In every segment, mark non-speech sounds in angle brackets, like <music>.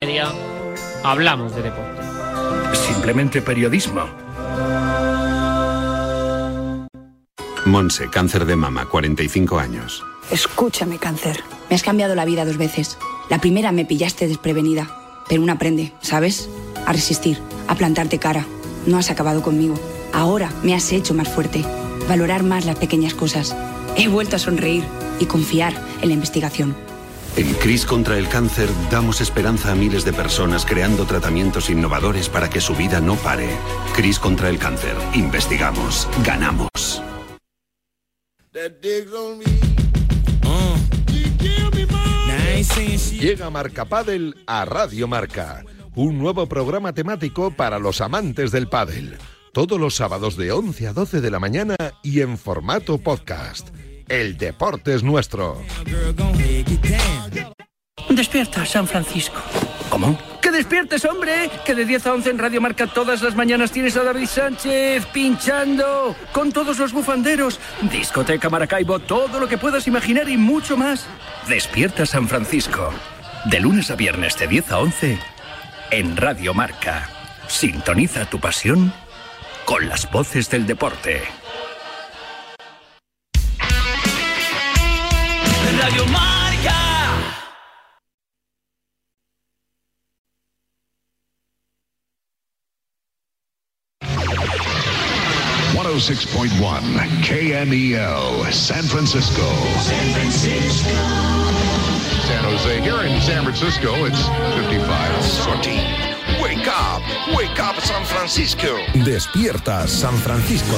día hablamos de deporte. Simplemente periodismo. Monse, cáncer de mama, 45 años. Escúchame, cáncer. Me has cambiado la vida dos veces. La primera me pillaste desprevenida, pero uno aprende, ¿sabes? A resistir, a plantarte cara. No has acabado conmigo. Ahora me has hecho más fuerte, valorar más las pequeñas cosas. He vuelto a sonreír y confiar en la investigación. En CRIS contra el cáncer damos esperanza a miles de personas creando tratamientos innovadores para que su vida no pare. CRIS contra el cáncer. Investigamos. Ganamos. Llega Marca Padel a Radio Marca, un nuevo programa temático para los amantes del pádel. Todos los sábados de 11 a 12 de la mañana y en formato podcast. El deporte es nuestro. Despierta, San Francisco. ¿Cómo? ¡Que despiertes, hombre! Que de 10 a 11 en Radio Marca todas las mañanas tienes a David Sánchez pinchando con todos los bufanderos, discoteca Maracaibo, todo lo que puedas imaginar y mucho más. Despierta San Francisco. De lunes a viernes de 10 a 11 en Radio Marca. Sintoniza tu pasión con las voces del deporte. Radio Marca. oh Six point one E KMEL San Francisco. San Francisco. San Jose. Here in San Francisco, it's 55. Sortie. Wake up. Wake up, San Francisco. Despierta San Francisco.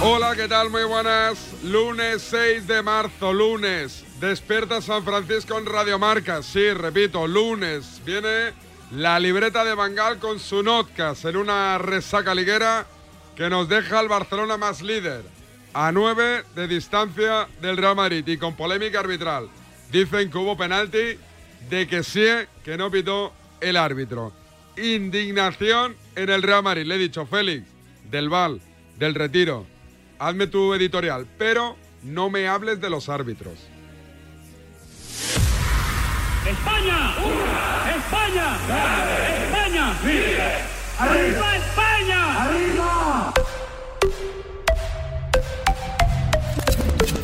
Hola, ¿qué tal? Muy buenas. Lunes 6 de marzo, lunes. Despierta San Francisco en Radiomarca. Sí, repito, lunes. Viene la libreta de Bangal con su notcast en una resaca liguera que nos deja al Barcelona más líder, a 9 de distancia del Real Madrid y con polémica arbitral. Dicen que hubo penalti de que sí, que no pitó el árbitro. Indignación en el Real Madrid. Le he dicho, Félix, del Val, del Retiro, hazme tu editorial, pero no me hables de los árbitros. España, España, España, arriba España, arriba.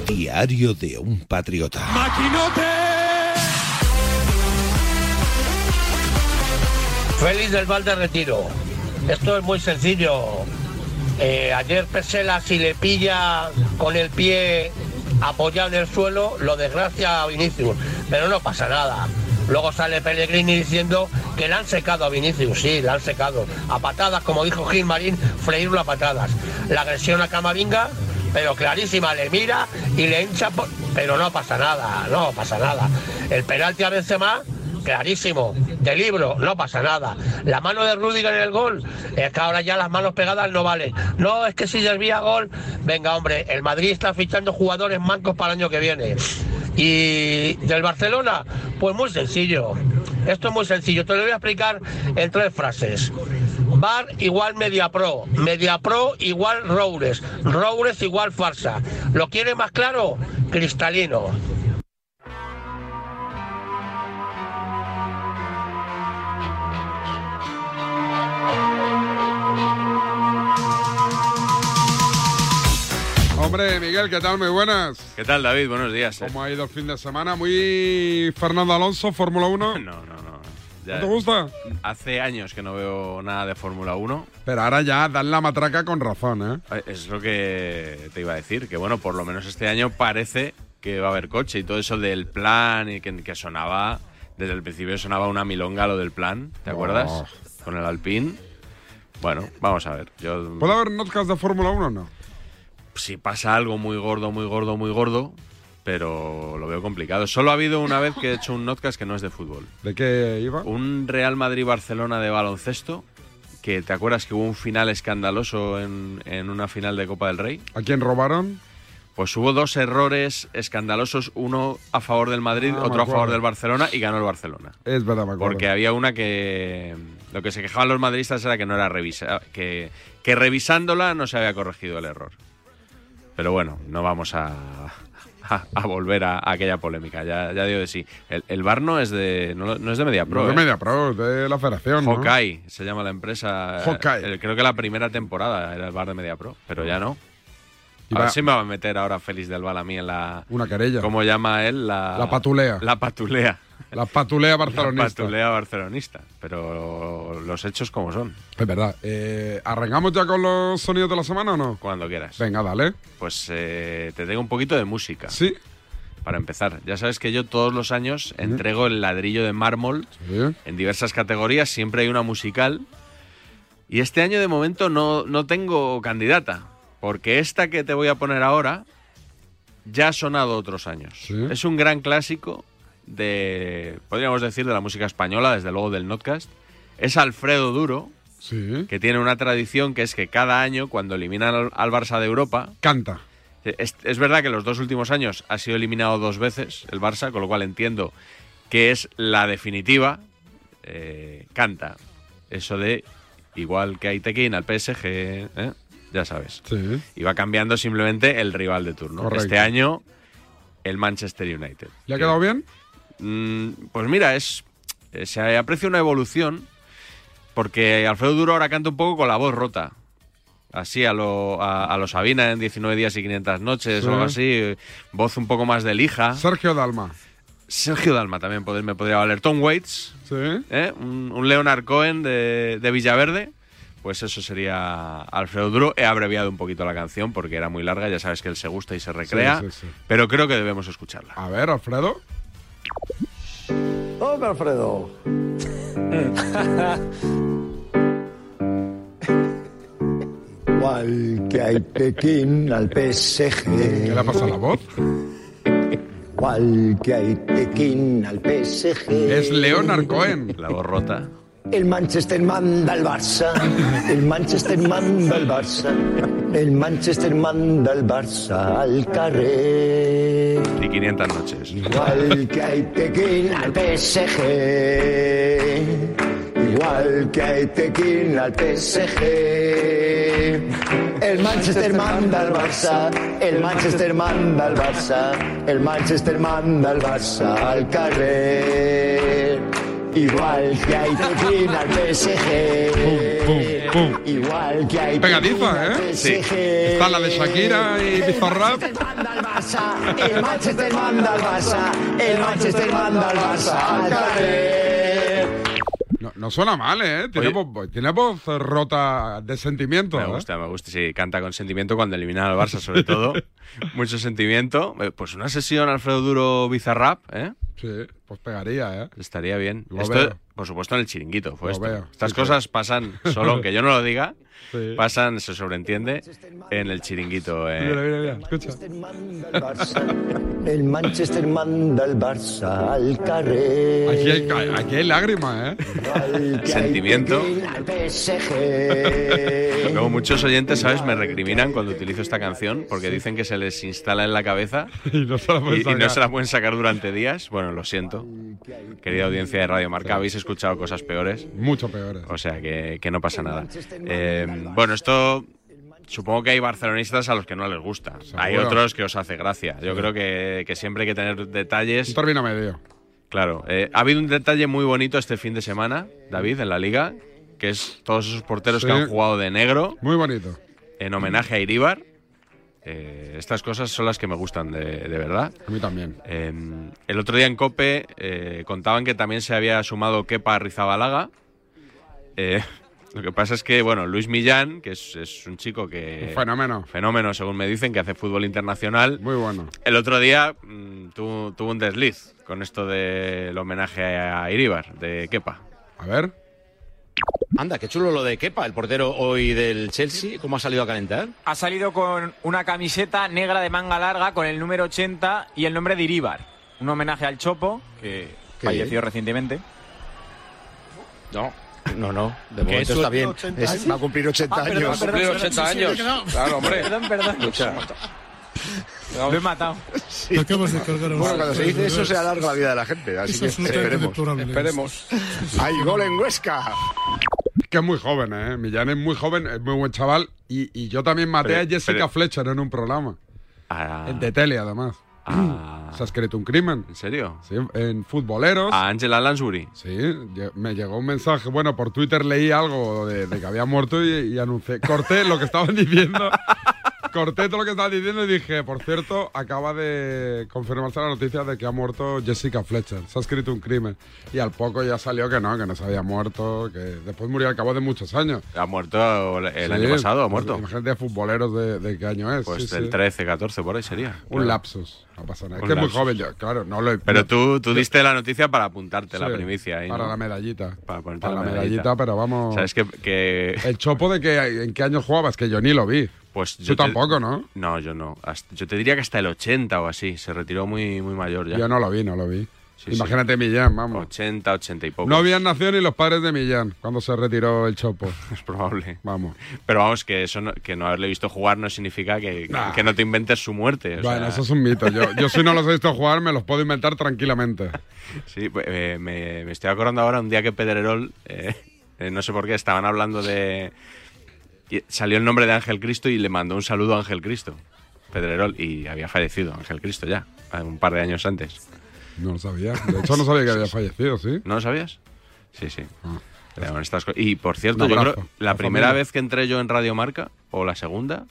Diario de un patriota. Maquinote. Feliz del Val de Retiro. Esto es muy sencillo. Eh, ayer Pesela si le pilla con el pie apoyado en el suelo, lo desgracia a Vinicius, pero no pasa nada. Luego sale Pellegrini diciendo que le han secado a Vinicius, sí, le han secado. A patadas, como dijo Gil Marín, freírlo a patadas. La agresión a Camavinga, pero clarísima, le mira y le hincha, por- pero no pasa nada, no pasa nada. El penalti a Benzema, clarísimo, de libro, no pasa nada. La mano de Rudiger en el gol, es que ahora ya las manos pegadas no valen. No, es que si desvía gol, venga hombre, el Madrid está fichando jugadores mancos para el año que viene. Y del Barcelona, pues muy sencillo. Esto es muy sencillo, te lo voy a explicar en tres frases. Bar igual media pro, media pro igual Roures, Roures igual farsa. ¿Lo quiere más claro? Cristalino. Hombre, Miguel, ¿qué tal? Muy buenas. ¿Qué tal, David? Buenos días. eh. <laughs> ¿Cómo ha ido el fin de semana? Muy Fernando Alonso, Fórmula No, 1. no, no. Ya, te gusta? Hace años que no veo nada de Fórmula 1. Pero ahora ya dan la matraca con razón, ¿eh? Es lo que te iba a decir, que bueno, por lo menos este año parece que va a haber coche y todo eso del plan y que, que sonaba, desde el principio sonaba una milonga lo del plan, ¿te Oh. acuerdas? Con el Alpine. Bueno, vamos a ver. Yo, ¿Puede haber notcas de Fórmula 1 o no? si pasa algo muy gordo, muy gordo, muy gordo, pero lo veo complicado. Solo ha habido una vez que he hecho un notcast que no es de fútbol. ¿De qué iba? Un Real Madrid-Barcelona de baloncesto, que te acuerdas que hubo un final escandaloso en, en una final de Copa del Rey. ¿A quién robaron? Pues hubo dos errores escandalosos, uno a favor del Madrid, Ah, me otro a favor acuerdo. del Barcelona y ganó el Barcelona. Es verdad, me acuerdo. Porque había una que lo que se quejaban los madridistas era que no era revisa, que, que revisándola no se había corregido el error. Pero bueno, no vamos a, a, a volver a, a aquella polémica. Ya, ya digo de sí. El, el bar no es de no, no es de media pro. ¿eh? No de Media Pro, de la federación, ¿no? Hawkeye se llama la empresa. Hawkeye. Eh, Creo que la primera temporada era el bar de media pro, pero ya no. Y A ver va- si me va a meter ahora Félix del Val a mí en la. Una querella. ¿Cómo llama él? La, La patulea. La patulea. La patulea La barcelonista. patulea barcelonista. Pero los hechos como son, Es verdad. Eh, ¿Arrancamos ya con los sonidos de la semana o no? cuando quieras. Venga, dale. Pues eh, te traigo un poquito de música. Sí. Para empezar, ya sabes que yo todos los años entrego el ladrillo de mármol Sí. en diversas categorías, siempre hay una musical. Y este año de momento no, no tengo candidata, porque esta que te voy a poner ahora ya ha sonado otros años. Es un gran clásico de, podríamos decir, de la música española, desde luego del Notcast. Es Alfredo Duro, que tiene una tradición que es que cada año, cuando eliminan al, al Barça de Europa, Canta. Eh, es, es verdad que los dos últimos años ha sido eliminado dos veces el Barça, con lo cual entiendo que es la definitiva. Eh, canta. Eso de igual que Aitekin al PSG, ¿eh? ya sabes. Sí. Y va cambiando simplemente el rival de turno. Correcto. Este año, el Manchester United. ¿Le ha quedado bien? Mm, pues mira, es eh, se aprecia una evolución porque Alfredo Duro ahora canta un poco con la voz rota. Así a lo, a, a lo Sabina en 19 días y 500 noches Sí. o algo así. eh, Voz un poco más de lija. Sergio Dalma. Sergio Dalma también pod- me podría valer. Tom Waits, Sí. ¿eh? un, un Leonard Cohen de, de Villaverde. Pues eso sería Alfredo Duro. He abreviado un poquito la canción porque era muy larga. Ya sabes que él se gusta y se recrea. Sí, sí, sí. Pero creo que debemos escucharla. A ver, Alfredo. Hombre, Alfredo. Igual que hay Pekín al PSG. ¿Qué le ha pasado la voz? Igual que hay Pekín al PSG. Es Leonard Cohen. La voz rota. El Manchester manda al Barça. El Manchester manda al Barça. El Manchester manda al Barça al carré. Y 500 noches. Igual que hay Tequín al PSG. Igual que hay Tequín al PSG. El Manchester manda al Barça. El Manchester manda al Barça. El Manchester manda al Barça al carrer. Igual que hay Tequín al PSG. Igual que hay <laughs> Pegadiza, ¿eh? Sí. Está la de Shakira y Bizarrap. El Manchester manda al Barça, el Manchester manda al Barça al carrer. No, no suena mal, ¿eh? Tiene, voz, tiene voz rota de sentimiento. Me ¿eh? gusta, me gusta. Sí, canta con sentimiento cuando elimina al Barça, sobre <laughs> todo. Mucho sentimiento. Eh, Pues una sesión Alfredo Duro Bizarrap, ¿eh? Sí, pues pegaría, ¿eh? Estaría bien. Lo Esto, veo. por supuesto, en el chiringuito fue Lo esto. veo, Estas sí, cosas <laughs> pasan solo, aunque yo no lo diga, Sí. pasan, se sobreentiende, en el chiringuito. eh. Mira, mira, mira, escucha. El Manchester manda al Barça al carrer. Aquí hay, ca- aquí hay lágrimas, ¿eh? Sentimiento. Al PSG. Luego muchos oyentes, ¿sabes? Me recriminan cuando utilizo esta canción porque dicen que se les instala en la cabeza <laughs> y no se la pueden y- y no sacar. se la pueden sacar durante días. Bueno, lo siento. Querida audiencia de Radio Marca, habéis escuchado cosas peores. Mucho ¿eh? peores. O sea que, que no pasa nada. Eh, bueno, esto supongo que hay barcelonistas a los que no les gusta. Hay otros que os hace gracia. Yo creo que, que siempre hay que tener detalles. Un término medio. Claro, eh, ha habido un detalle muy bonito este fin de semana, David, en la liga, que es todos esos porteros Sí. que han jugado de negro Muy bonito. en homenaje a Iríbar. eh, estas cosas son las que me gustan de, de verdad. A mí también. Eh, el otro día en COPE eh, contaban que también se había sumado Kepa Rizabalaga. <laughs> lo que pasa es que, bueno, Luis Millán, que es, es un chico que... Un fenómeno. Fenómeno, según me dicen, que hace fútbol internacional. Muy bueno. El otro día mm, tuvo, tuvo un desliz con esto del homenaje a Iríbar, de Kepa. A ver. Anda, qué chulo lo de Kepa, el portero hoy del Chelsea. ¿Cómo ha salido a calentar? Ha salido con una camiseta negra de manga larga con el número 80 y el nombre de Iríbar. Un homenaje al Chopo, que falleció es? recientemente. No. No, no, de momento es está bien. Es, va a cumplir 80 ah, perdón, años. Perdón, va a cumplir 80 años. Claro, hombre. Perdón, perdón. Lucha. Lo he matado. Sí. Acabas de cargar a bueno, cuando se dice eso se alarga la vida de la gente, así que esperemos. Esperemos. ¡Hay gol en Huesca! Que es muy joven, ¿eh? Millán es muy joven, es muy buen chaval. Y, y yo también maté pero, a Jessica pero... Fletcher en un programa. Ah. De tele, además. Ah. Se ha escrito un crimen. ¿En serio? Sí, en futboleros. A Angela Lansbury. Sí, me llegó un mensaje. Bueno, por Twitter leí algo de, de que había muerto y, y anuncié. Corté lo que estaban <laughs> diciendo. corté todo lo que estaba diciendo y dije, por cierto, acaba de confirmarse la noticia de que ha muerto Jessica Fletcher. Se ha escrito un crimen. Y al poco ya salió que no, que no se había muerto, que después murió al cabo de muchos años. pues, Ha muerto el sí, año pasado, ha muerto. Imagínate de futboleros de, de, qué año es. Pues sí, del sí. 13, 14, por ahí sería. Un claro. lapsus. No pasa nada. Es que lapsus. es muy joven yo, claro, no lo he... Pero tú, tú diste la noticia para apuntarte la primicia ahí, Para ¿no? la medallita. Para, ponerte para la medallita. medallita. pero vamos... ¿Sabes que, que... El chopo de que en qué año jugabas, que yo ni lo vi. Pues yo Tú tampoco, ¿no? No, yo no. Hasta, yo te diría que hasta el 80 o así. Se retiró muy, muy mayor ya. Yo no lo vi, no lo vi. Sí, Imagínate sí. Millán, vamos. 80, 80 y poco. No habían nacido ni los padres de Millán cuando se retiró el Chopo. <laughs> es probable. Vamos. Pero vamos, que eso no, que no haberle visto jugar no significa que, nah. que no te inventes su muerte. O bueno, sea... eso es un mito. Yo, yo si no los he visto jugar, me los puedo inventar tranquilamente. sí, pues, eh, me, me, estoy acordando ahora un día que Pedrerol, eh, <laughs> eh, no sé por qué, estaban hablando de salió el nombre de Ángel Cristo y le mandó un saludo a Ángel Cristo, Pedrerol, y había fallecido Ángel Cristo ya, un par de años antes. No lo sabía. De hecho, no sabía que había fallecido, ¿sí? ¿No lo sabías? Sí, sí. Ah, Pero estas y por cierto, yo creo la, la primera familia. vez que entré yo en Radio Marca, o la segunda,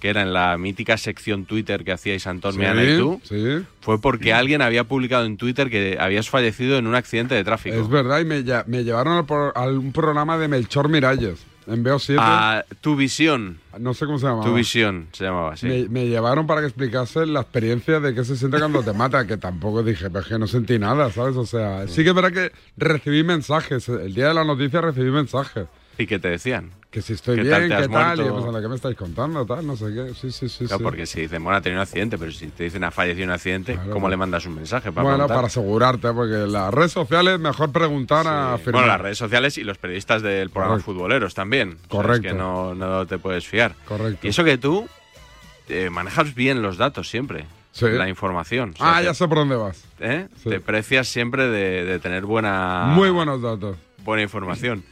que era en la mítica sección Twitter que hacíais Antón sí, Meana y tú, sí. fue porque alguien había publicado en Twitter que habías fallecido en un accidente de tráfico. Es verdad, y me, me llevaron a un programa de Melchor Miralles. En BO7. Ah, tu visión. No sé cómo se llamaba. Tu visión se llamaba, sí. Ah, Me, me, llevaron para que explicase la experiencia de qué se siente cuando te mata, que tampoco dije, pero es que no sentí nada, ¿sabes? O sea, sí. sí que es verdad que recibí mensajes. El día de la noticia recibí mensajes. ¿Y qué te decían? Que si estoy ¿Qué bien, tal te has qué tal, muerto? y yo pensando, ¿qué me estáis contando? Tal, no sé qué. Sí, sí, sí. Claro, sí. porque si dicen, bueno, ha tenido un accidente, pero si te dicen ha fallecido un accidente, claro. ¿cómo le mandas un mensaje? Para bueno, preguntar? para asegurarte, porque las redes sociales, mejor preguntar sí. a Ah, firmar. Eh, Bueno, las redes sociales y los periodistas del programa Correcto. Futboleros también. Correcto. que no, no, te puedes fiar. Correcto. Y eso que tú eh, manejas bien los datos siempre. Sí. La información. ah, o sea, ya sé por dónde vas. ¿eh? Sí. Te precias siempre de, de tener buena. Muy buenos datos. Buena información.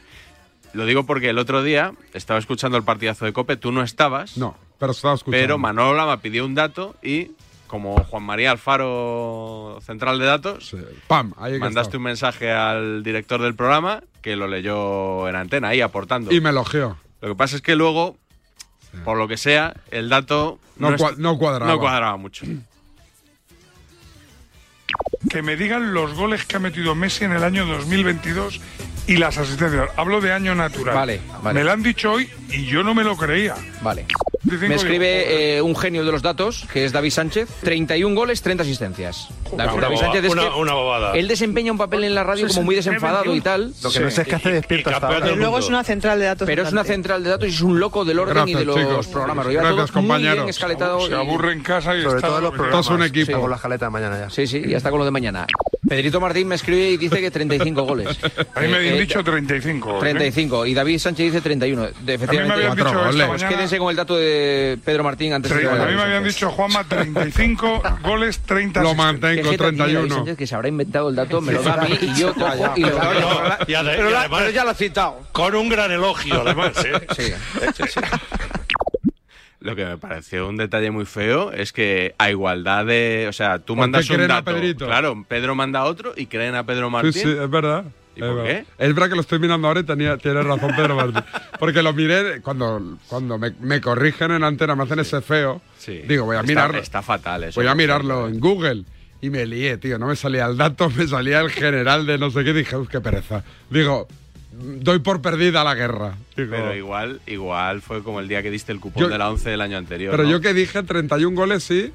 Lo digo porque el otro día estaba escuchando el partidazo de Cope, tú no estabas. No, pero estaba escuchando. Pero Manola me pidió un dato y, como Juan María Alfaro, central de datos, sí. ¡Pam! Ahí mandaste que un mensaje al director del programa que lo leyó en antena, ahí aportando. Y me elogió. Lo que pasa es que luego, sí. por lo que sea, el dato no, no, cua no cuadraba. No cuadraba mucho. Que me digan los goles que ha metido Messi en el año 2022 y las asistencias. Hablo de año natural. Vale, vale. Me lo han dicho hoy y yo no me lo creía. Vale. Me escribe eh, un genio de los datos, que es David Sánchez. 31 goles, 30 asistencias. David, una, David Sánchez una, una bobada. Él desempeña un papel en la radio como muy desenfadado y tal. Lo que sí. no sé es que hace despierta hasta ahora. Pero luego es una central de datos. Pero es una central de datos y es un loco del orden Gracias, y de los chicos. programas. Gracias, Lo Gracias compañeros. Se aburre en casa y Sobre está todo los programas. Todo un equipo. Sí. Con la jaleta de mañana ya. Sí, sí, y hasta con lo de mañana. Pedrito Martín me escribe y dice que 35 goles. A mí me habían Eh, eh, dicho 35. ¿eh? 35. Y David Sánchez dice 31. De- Efectivamente. habían dicho esta Pues mañana- quédense con el dato de Pedro Martín antes de Tre- que vaya a mí me Luis habían Sánchez. dicho, Juanma, <laughs> 35 goles, 30 Lo asistencias. Qué mantengo, jeta tiene David 31. Sánchez, que se habrá inventado el dato, me lo da a mí y yo cojo y lo No, no, y ade- Pero y la- además- pero ya lo has citado. Con un gran <laughs> elogio, además, ¿eh? Sí. Lo que me pareció un detalle muy feo es que a igualdad de. O sea, tú qué mandas un creen a dato. Pedrito? Claro, Pedro manda otro y creen a Pedro Sí, eh, Martín. sí, es verdad. ¿Y por qué? Es verdad que lo estoy mirando ahora y tenía- tienes razón, <laughs> Pedro Martín. Porque lo miré cuando, cuando me, me corrigen en antena, me hacen ese feo. Sí. Digo, voy a Está- mirarlo. Está fatal eso. Voy a mirarlo en Google. Y me lié, tío. No me salía el dato, me salía el general de no sé qué. Dije, "Uf, qué pereza. Digo, doy por perdida la guerra. Digo, Pero igual, igual fue como el día que diste el cupón Yo- de la 11 del año anterior. pero ¿no? Pues yo que dije 31 goles, sí.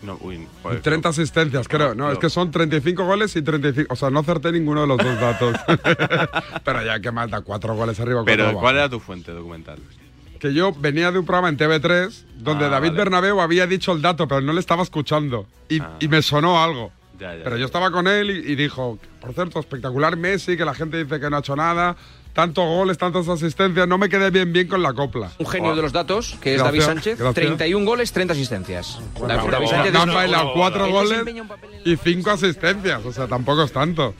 No, uy, Y joder, 30 asistencias, creo. No, no. es que son 35 goles y 35. O sea, no acerté ninguno de los <laughs> dos datos. pero ya, que más da? Cuatro goles arriba, cuatro Pero abajo. ¿cuál era tu fuente documental? que yo venía de un programa en TV3 donde Ah, David vale. Bernabeu había dicho el dato, pero no le estaba escuchando. Y, y me sonó algo. Ya, ya. Pero yo estaba con él y, y dijo, por cierto, espectacular Messi, que la gente dice que no ha hecho nada, tantos goles, tantas asistencias, no me quedé bien bien con la copla. Un genio de los datos, que es Gracias, David Sánchez. gracias. 31 goles, 30 asistencias. David, Bravo. David Sánchez Me es han un- bailado cuatro Él goles desempeña un papel- y cinco asistencias, o sea, tampoco es tanto.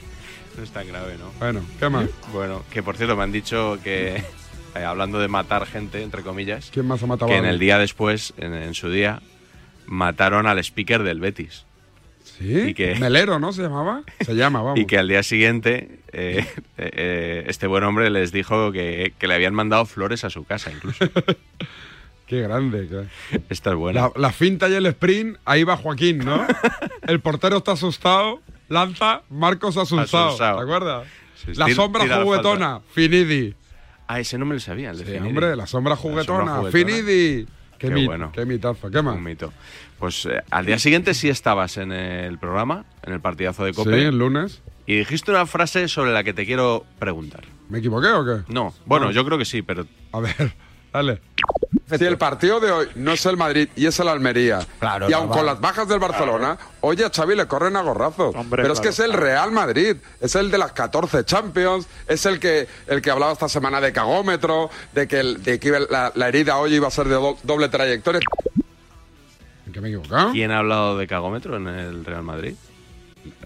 No es tan grave, ¿no? Bueno, ¿qué más? Bueno, que por cierto me han dicho que, <laughs> eh, hablando de matar gente, entre comillas, ¿Quién más ha matado que a en el alguien? día después, en, en su día, mataron al speaker del Betis. ¿Sí? y que- Melero, ¿no se llamaba? Se llama, vamos. <laughs> Y que al día siguiente, eh, <laughs> eh, eh, este buen hombre les dijo que, que le habían mandado flores a su casa, incluso. Qué grande. qué- Esta es buena. La, la finta y el sprint, ahí va <laughs> Joaquín, ¿no? el portero está asustado, lanza, Marcos asustado, Asustado. ¿te acuerdas? Sí, la tira- sombra tira la juguetona, Finidi. Ah, ese no me lo sabía. El de Sí, Finidi. hombre, la sombra juguetona, juguetona. Finidi. <laughs> Qué, Qué mi- bueno. qué mitazo, qué más. Un mito. Pues eh, al día siguiente sí estabas en el programa, en el partidazo de Sí, Cope, el lunes. y dijiste una frase sobre la que te quiero preguntar. ¿Me equivoqué o qué? No, bueno, yo creo que sí, pero A ver, dale. Si el partido de hoy no es el Madrid y es el Almería, y aun con las bajas del Barcelona, oye a Xavi le corren a gorrazos. Pero es que es el Real Madrid, es el de las 14 Champions, es el que el que hablaba esta semana de cagómetro, de que, el- de que iba- la, la herida hoy iba a ser de do- doble trayectoria. ¿Qué me he equivocado? ¿quién ha hablado de cagómetro en el Real Madrid?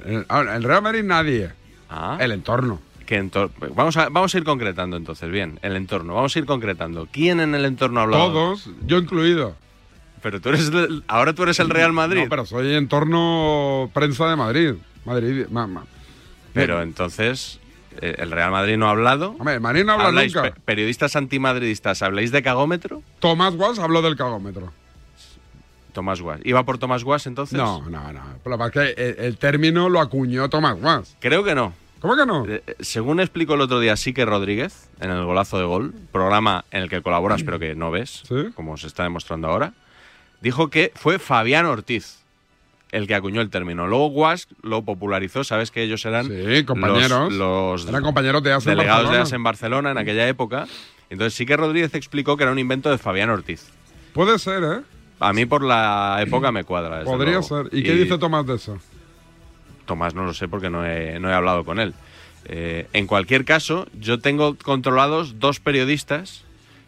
El, Real Madrid nadie. Ah. El entorno. Que entor- Pues vamos, a, vamos a ir concretando entonces, bien, el entorno. Vamos a ir concretando. ¿Quién en el entorno ha hablado? yo incluido. Pero tú eres el- ahora tú eres el Real Madrid. No, pero soy entorno prensa de Madrid. Madrid, Pero entonces, eh, ¿el Real Madrid no ha hablado? Hombre, el Madrid no habla Habláis, nunca. pe- periodistas antimadridistas, ¿habláis de cagómetro? Tomás Guas habló del cagómetro. Tomás Guas. ¿Iba por Tomás Guas entonces? No, no, no. Pero para que el, el término lo acuñó Tomás Guas. Creo que no. ¿Cómo que no? Eh, eh, Según explicó el otro día Sique Rodríguez, en el golazo de gol, programa en el que colaboras pero que no ves, como se está demostrando ahora, dijo que fue Fabián Ortiz el que acuñó el término. Luego Guas lo popularizó, sabes que ellos eran Sí, compañeros. los, los Eran compañeros de AS en delegados de Barcelona. AS en Barcelona en aquella época. Entonces Sique Rodríguez explicó que era un invento de Fabián Ortiz. Puede ser, ¿eh? A mí por la época me cuadra. desde Podría luego. ser. ¿Y, qué dice Tomás de eso? Tomás no lo sé porque no he, no he hablado con él. Eh, en cualquier caso, yo tengo controlados dos periodistas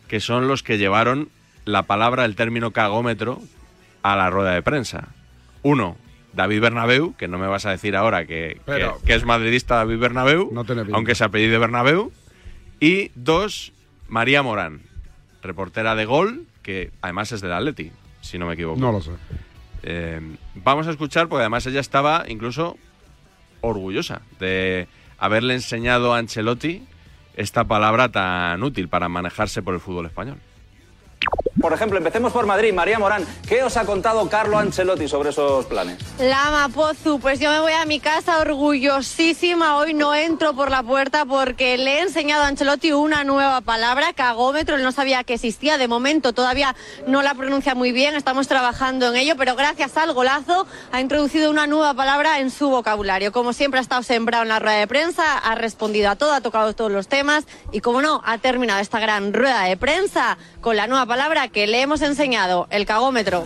que son los que llevaron la palabra, el término cagómetro, a la rueda de prensa. Uno, David Bernabeu, que no me vas a decir ahora que, que- Pero- que es madridista David Bernabeu, aunque se apellide Bernabeu. Y dos, María Morán, reportera de Gol, que además es del Atleti, si no me equivoco. No lo sé. Eh, vamos a escuchar, porque además ella estaba incluso orgullosa de haberle enseñado a Ancelotti esta palabra tan útil para manejarse por el fútbol español. Por ejemplo, empecemos por Madrid. María Morán, ¿qué os ha contado Carlo Ancelotti sobre esos planes? Lama Pozu, pues yo me voy a mi casa orgullosísima. Hoy no entro por la puerta porque le he enseñado a Ancelotti una nueva palabra, cagómetro. Él no sabía que existía. De momento todavía no la pronuncia muy bien. Estamos trabajando en ello, pero gracias al golazo ha introducido una nueva palabra en su vocabulario. Como siempre ha estado sembrado en la rueda de prensa, ha respondido a todo, ha tocado todos los temas y, como no, ha terminado esta gran rueda de prensa con la nueva palabra que le hemos enseñado, el cagómetro.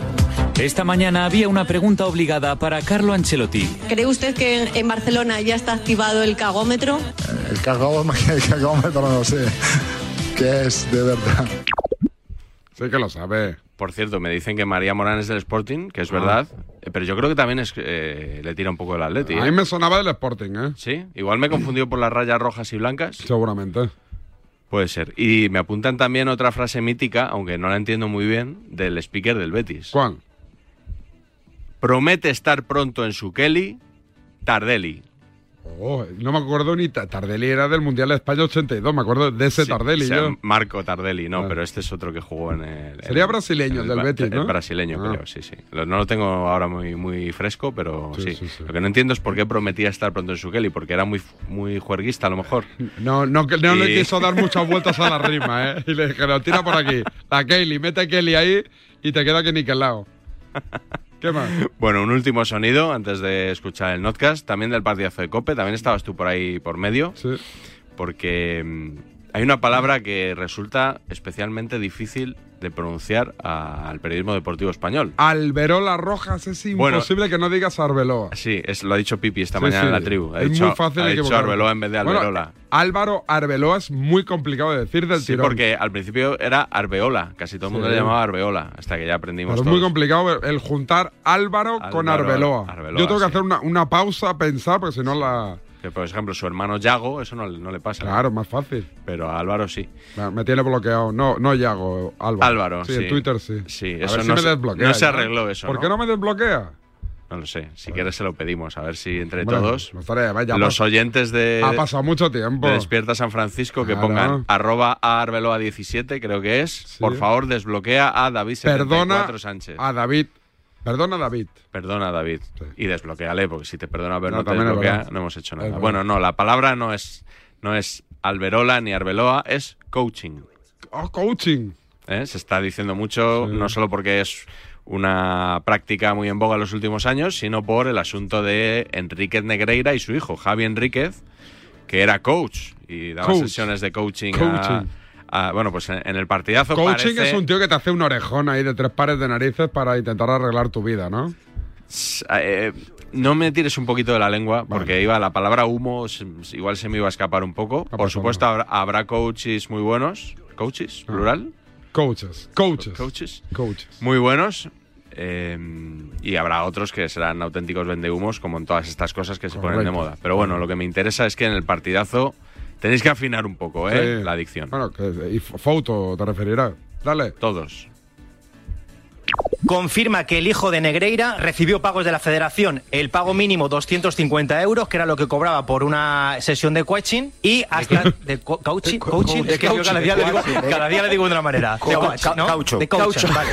Esta mañana había una pregunta obligada para Carlo Ancelotti. ¿Cree usted que en- en Barcelona ya está activado el cagómetro? El <laughs> cagómetro, el cagómetro no sé qué es de verdad. Sí que lo sabe. Ah. Por cierto, me dicen que María Morán es del Sporting, que es verdad, eh, pero yo creo que también es, eh, le tira un poco el Atleti. A ¿eh? mí me sonaba del Sporting, ¿eh? Sí, igual me he confundido por las rayas rojas y blancas. Seguramente. Puede ser. Y me apuntan también otra frase mítica, aunque no la entiendo muy bien, del speaker del Betis. ¿Cuál? Promete estar pronto en su Kelly, Tardelli. Oh, no me acuerdo ni ta- Tardelli era del Mundial de España 82, me acuerdo de ese Sí, Este Tardelli. o sea, yo. Marco Tardelli, no, pero este es otro que jugó en el. Sería en- brasileño, en del Ba- Betis, ¿no? Ah. el brasileño, creo, sí, sí. Lo- No lo tengo ahora muy, muy fresco, pero sí, Lo que no entiendo es por qué prometía estar pronto en su Kelly, porque era muy, muy juerguista a lo <laughs> mejor. No, no, que- no le Y- quiso dar muchas vueltas a la rima, ¿eh? Y le dijeron, tira por aquí. La Kelly, mete Kelly ahí y te queda que niquelado. ¿Qué más? Bueno, un último sonido antes de escuchar el podcast, también del partidazo de Cope, también estabas tú por ahí por medio, porque mm, hay una palabra que resulta especialmente difícil de pronunciar a- al periodismo deportivo español. Alberola Rojas, es Bueno. imposible que no digas Arbeloa. Sí, es, lo ha dicho Pipi esta Sí, mañana en sí. la tribu. Ha Es dicho, muy fácil ha dicho equivocarme. Arbeloa en vez de Bueno, Alberola. Álvaro Arbeloa es muy complicado de decir del sí, tirón. porque al principio era Arbeola, casi todo el mundo Sí. le llamaba Arbeola, hasta que ya aprendimos Pero es todos. muy complicado el juntar Álvaro, con Álvaro, Arbeloa. Arbeloa, Yo tengo que sí. hacer una, una pausa, pensar, porque si no la. Que, por ejemplo, su hermano Yago, eso no, le- no le pasa. Claro, más fácil. Pero a Álvaro sí. Me- Me tiene bloqueado. No, no Yago, Álvaro. Álvaro, Sí, sí. en Twitter sí. Sí, A eso ver si no me se- desbloquea no se ya. arregló eso, ¿Por ¿no? qué no me desbloquea? No lo sé. Si quieres se lo pedimos, a ver si entre Hombre, todos no estaría- vaya, los pas- oyentes de, Ha pasado mucho tiempo. de Despierta San Francisco que Claro. pongan arroba a Arbeloa17, creo que es. Por favor, desbloquea a David Perdona 74 Sánchez. a David. Perdona a David. Perdona, David. Y desbloqueale, porque si te perdona, pero No, no, te también es desbloquea, verdad. no hemos hecho Es nada. verdad. Bueno, no, la palabra no es, no es alberola ni arbeloa, es coaching. Oh, coaching. ¿eh? Se está diciendo mucho, no solo porque es una práctica muy en boga en los últimos años, sino por el asunto de Enríquez Negreira y su hijo, Javi Enríquez, que era coach y daba Coach. sesiones de coaching, a- Coaching. a- bueno, pues en, en el partidazo Coaching parece- es un tío que te hace un orejón ahí de tres pares de narices para intentar arreglar tu vida, ¿no? Eh, no me tires un poquito de la lengua, porque iba la palabra humo, se- igual se me iba a escapar un poco. Por supuesto, habrá, habrá coaches muy buenos. ¿Coaches? Ah. ¿Plural? Coaches. Coaches. Coaches. Coaches. Muy buenos. eh, y habrá otros que serán auténticos vendehumos, como en todas estas cosas que se ponen de Correcto. moda. Pero bueno, lo que me interesa es que en el partidazo tenéis que afinar un poco ¿eh? Sí. la <laughs> dicción. Bueno, que- y foto te referirás. Dale. Todos. confirma que el hijo de Negreira recibió pagos de la federación, el pago mínimo 250 euros, que era lo que cobraba por una sesión de coaching, y hasta de co- coaching, coaching, de es que yo coaching, cada día, de le digo, coaching. cada día le digo de una manera, Co- de coaching, ca- ¿no? caucho. De coaching, Caucho. <laughs> vale.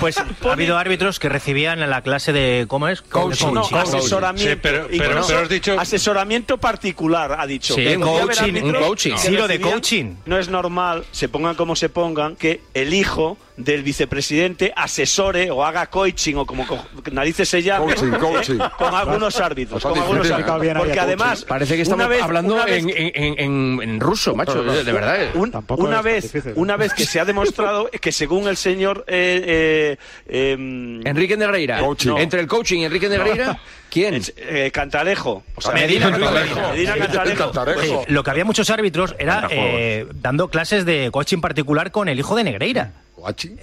Pues ha habido árbitros que recibían en la clase de, ¿cómo es? Coaching, no, asesoramiento. Sí, pero- pero- incluso pero has dicho- Asesoramiento particular, ha dicho. Sí, Que un podía haber coaching, un árbitros coaching. que Sí, lo de recibían- coaching. No es normal, se pongan como se pongan, que el hijo del vicepresidente asesore o haga coaching o como co- narices se llame Coaching, ¿eh? coaching. <laughs> con algunos árbitros. Pues Con algunos sí, árbitros. sí. Porque además. Parece que estamos una vez- hablando una vez en, en- en- en ruso, macho. No, no, de verdad. eh. un- una vez, una vez que se ha demostrado que según el señor eh, eh, em, Enrique Negreira. Coaching. Entre el coaching y Enrique Negreira, ¿quién? eh, Cantalejo, o sea, Medina Cantalejo, Medina Cantalejo, Oye, lo que había muchos árbitros era Canta juegos. eh, dando clases de coaching particular con el hijo de Negreira.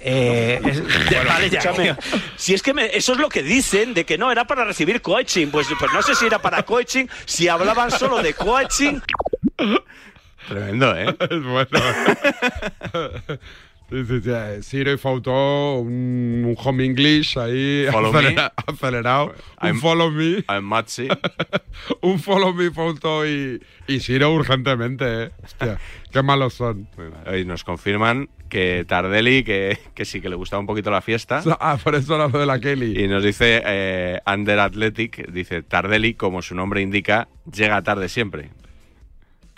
Eh, es- <laughs> vale, ya. Escúchame, si es que me- eso es lo que dicen, de que no era para recibir coaching. Pues, pues no sé si era para coaching, si hablaban solo de coaching. Tremendo, ¿eh? <laughs> <laughs> es bueno. Sí, sí, sí, eh, Ciro y Fauto, un, un home English ahí <laughs> Follow me. acelera- acelerado. I'm- un follow me. I'm Matzi. <laughs> un follow me, Fauto y, y Ciro urgentemente, ¿eh? Hostia, qué malos son. Hoy nos confirman que Tardelli, que, que sí que le gustaba un poquito la fiesta. <laughs> Ah, por eso era lo de la Kelly. Y nos dice eh, Under Athletic, dice Tardelli, como su nombre indica, llega tarde siempre.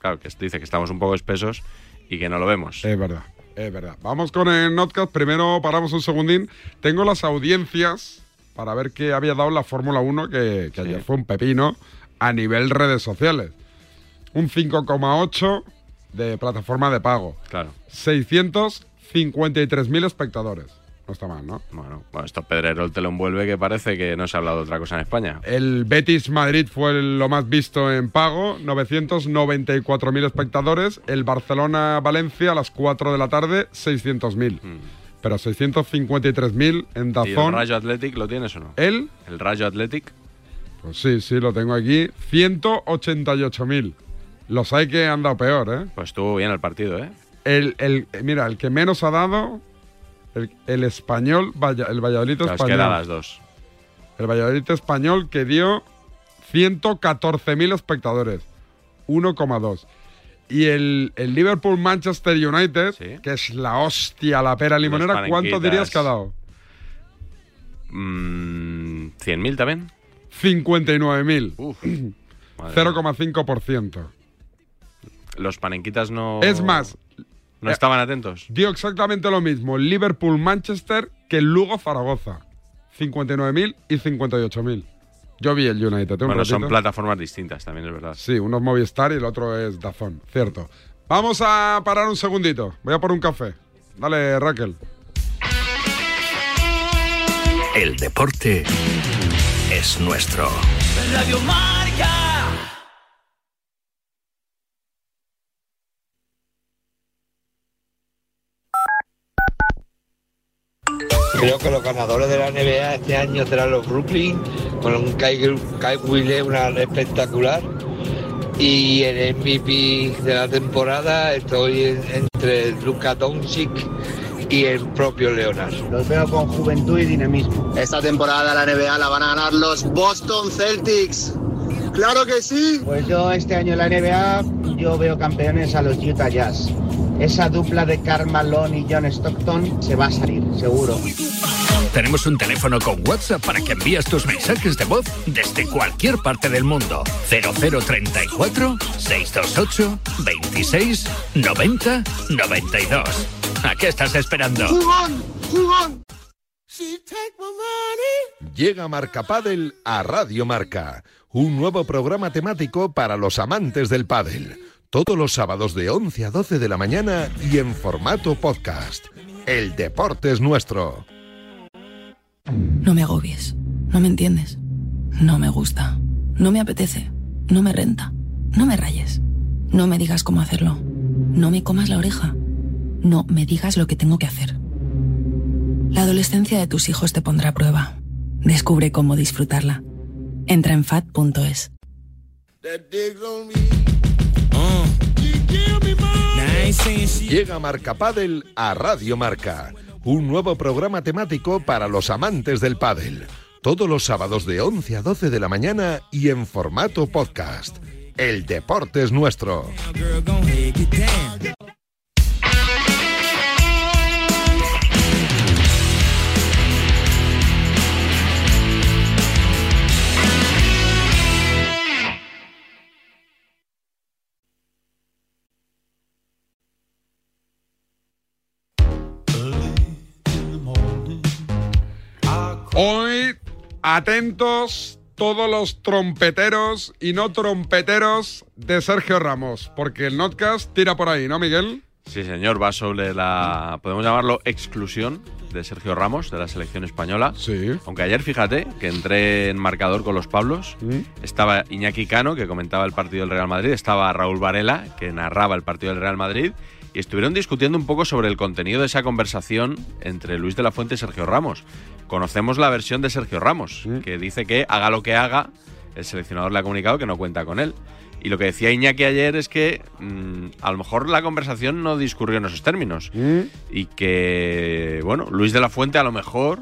Claro, que dice que estamos un poco espesos y que no lo vemos. Es verdad. Es verdad. Vamos con el Notcast. Primero paramos un segundín. Tengo las audiencias para ver qué había dado la Fórmula 1, que, que ayer fue un pepino a nivel redes sociales. Un 5,8 de plataforma de pago. Claro. 653.000 espectadores. No está mal, ¿no? Bueno, bueno, esto Pedrerol te lo envuelve que parece que no se ha hablado de otra cosa en España. El Betis Madrid fue el- lo más visto en pago, 994.000 espectadores. El Barcelona-Valencia a las 4 de la tarde, 600.000. Pero 653.000 en Hmm. ¿Y el Dazón. Rayo Athletic lo tienes o no? ¿El? El Rayo Athletic. Pues sí, sí, lo tengo aquí. 188.000. Los hay que han dado peor, ¿eh? Pues estuvo bien el partido, ¿eh? El, el- mira, el que menos ha dado, el, el español, Valla- el Valladolid Claro, es que español. da las dos. El Valladolid español que dio 114.000 espectadores. 1,2. Y el, el Liverpool Manchester United, que es la hostia, la pera limonera, ¿cuánto palanquitas. dirías que ha dado? Mm, 100.000 también. 59.000. <clears throat> Madre 0,5%. Los panenquitas no. Es más, No estaban atentos. dio exactamente lo mismo el Liverpool-Manchester que el Lugo-Zaragoza. 59.000 y 58.000. Yo vi el United. ¿eh? Un Bueno, son ratito. plataformas distintas, también es verdad. Sí, uno es Movistar y el otro es Dazón, cierto. Vamos a parar un segundito. Voy a por un café. Dale, Raquel. El deporte es nuestro. Radio Marca. Creo que los ganadores de la NBA este año serán los Brooklyn, con un Kai, Kai Wheeler, una espectacular. Y el MVP de la temporada estoy en- entre Luka Doncic y el propio Leonard. Los veo con juventud y dinamismo. Esta temporada la NBA la van a ganar los Boston Celtics. ¡Claro que sí! Pues yo este año en la NBA yo veo campeones a los Utah Jazz. Esa dupla de Carmelo y John Stockton se va a salir, seguro. Tenemos un teléfono con WhatsApp para que envíes tus mensajes de voz desde cualquier parte del mundo. 0034 628 26 90 92. ¿A qué estás esperando? ¡Jugón! ¡Jugón! Llega Marca Padel a Radio Marca, un nuevo programa temático para los amantes del pádel. Todos los sábados de 11 a 12 de la mañana y en formato podcast. El deporte es nuestro. No me agobies. No me entiendes. No me gusta. No me apetece. No me renta. No me rayes. No me digas cómo hacerlo. No me comas la oreja. No me digas lo que tengo que hacer. La adolescencia de tus hijos te pondrá a prueba. Descubre cómo disfrutarla. Entra en fat.es. Llega Marca Padel a Radio Marca, un nuevo programa temático para los amantes del pádel. Todos los sábados de 11 a 12 de la mañana y en formato podcast. El deporte es nuestro. Hoy, atentos todos los trompeteros y no trompeteros de Sergio Ramos, porque el Notcast tira por ahí, ¿no, Miguel? Sí, señor, va sobre la, podemos llamarlo, exclusión de Sergio Ramos de la selección española. Sí. Aunque ayer, fíjate, que entré en marcador con los Pablos. Mm. Estaba Iñaki Cano, que comentaba el partido del Real Madrid. Estaba Raúl Varela, que narraba el partido del Real Madrid. Y estuvieron discutiendo un poco sobre el contenido de esa conversación entre Luis de la Fuente y Sergio Ramos. Conocemos la versión de Sergio Ramos, Mm. que dice que haga lo que haga, el seleccionador le ha comunicado que no cuenta con él. Y lo que decía Iñaki ayer es que mm, a lo mejor la conversación no discurrió en esos términos. Y que, bueno, Luis de la Fuente a lo mejor,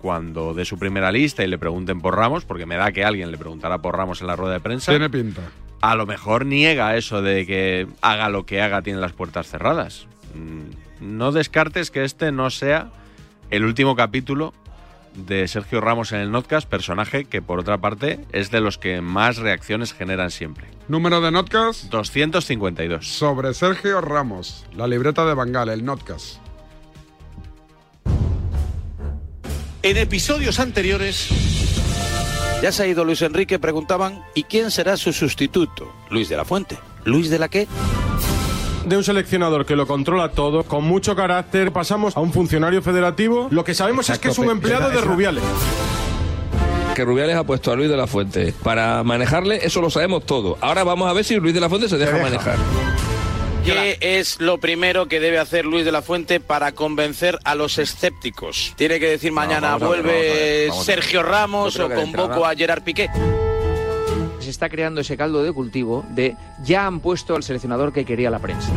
cuando dé su primera lista y le pregunten por Ramos, porque me da que alguien le preguntará por Ramos en la rueda de prensa, Tiene pinta. a lo mejor niega eso de que haga lo que haga, tiene las puertas cerradas. Mm, No descartes que este no sea el último capítulo de Sergio Ramos en el Notcast, personaje que por otra parte es de los que más reacciones generan siempre. Número de Notcast 252. sobre Sergio Ramos, la libreta de Bangal, el Notcast. En episodios anteriores. Ya se ha ido Luis Enrique, preguntaban, ¿y quién será su sustituto? Luis de la Fuente. ¿Luis de la qué? De un seleccionador que lo controla todo, con mucho carácter, pasamos a un funcionario federativo. Lo que sabemos Exacto, es que es un pe- empleado es la- de es la- Rubiales. Que Rubiales ha puesto a Luis de la Fuente para manejarle, eso lo sabemos todo. Ahora vamos a ver si Luis de la Fuente se deja, manejar. ¿Qué es lo primero que debe hacer Luis de la Fuente para convencer a los escépticos? Tiene que decir mañana vamos a ver, vuelve vamos a ver, vamos a ver. Sergio Ramos Yo creo o que de convoco entrada- a Gerard Piqué. se está creando ese caldo de cultivo de ya han puesto al seleccionador que quería la prensa.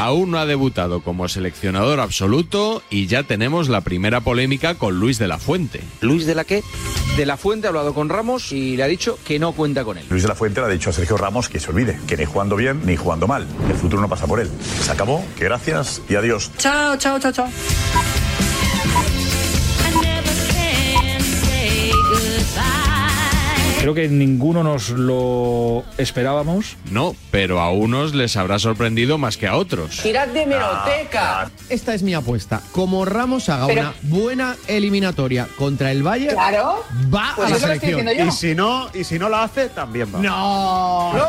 A aún no ha debutado como seleccionador absoluto y ya tenemos la primera polémica con Luis de la Fuente. Luis de la que de la Fuente ha hablado con Ramos y le ha dicho que no cuenta con él. Luis de la Fuente le ha dicho a Sergio Ramos que se olvide, que ni jugando bien ni jugando mal. El futuro no pasa por él. Se acabó, que gracias y adiós. Chao, chao, chao, chao. Creo que ninguno nos lo esperábamos. No, pero a unos les habrá sorprendido más que a otros. Tirad de hemeroteca. Ah, Esta es mi apuesta. Como Ramos haga Pero- una buena eliminatoria contra el Bayern, Claro. va Pues a la eso lo selección. estoy diciendo yo. Y si no, y si no la hace, también va. No. No.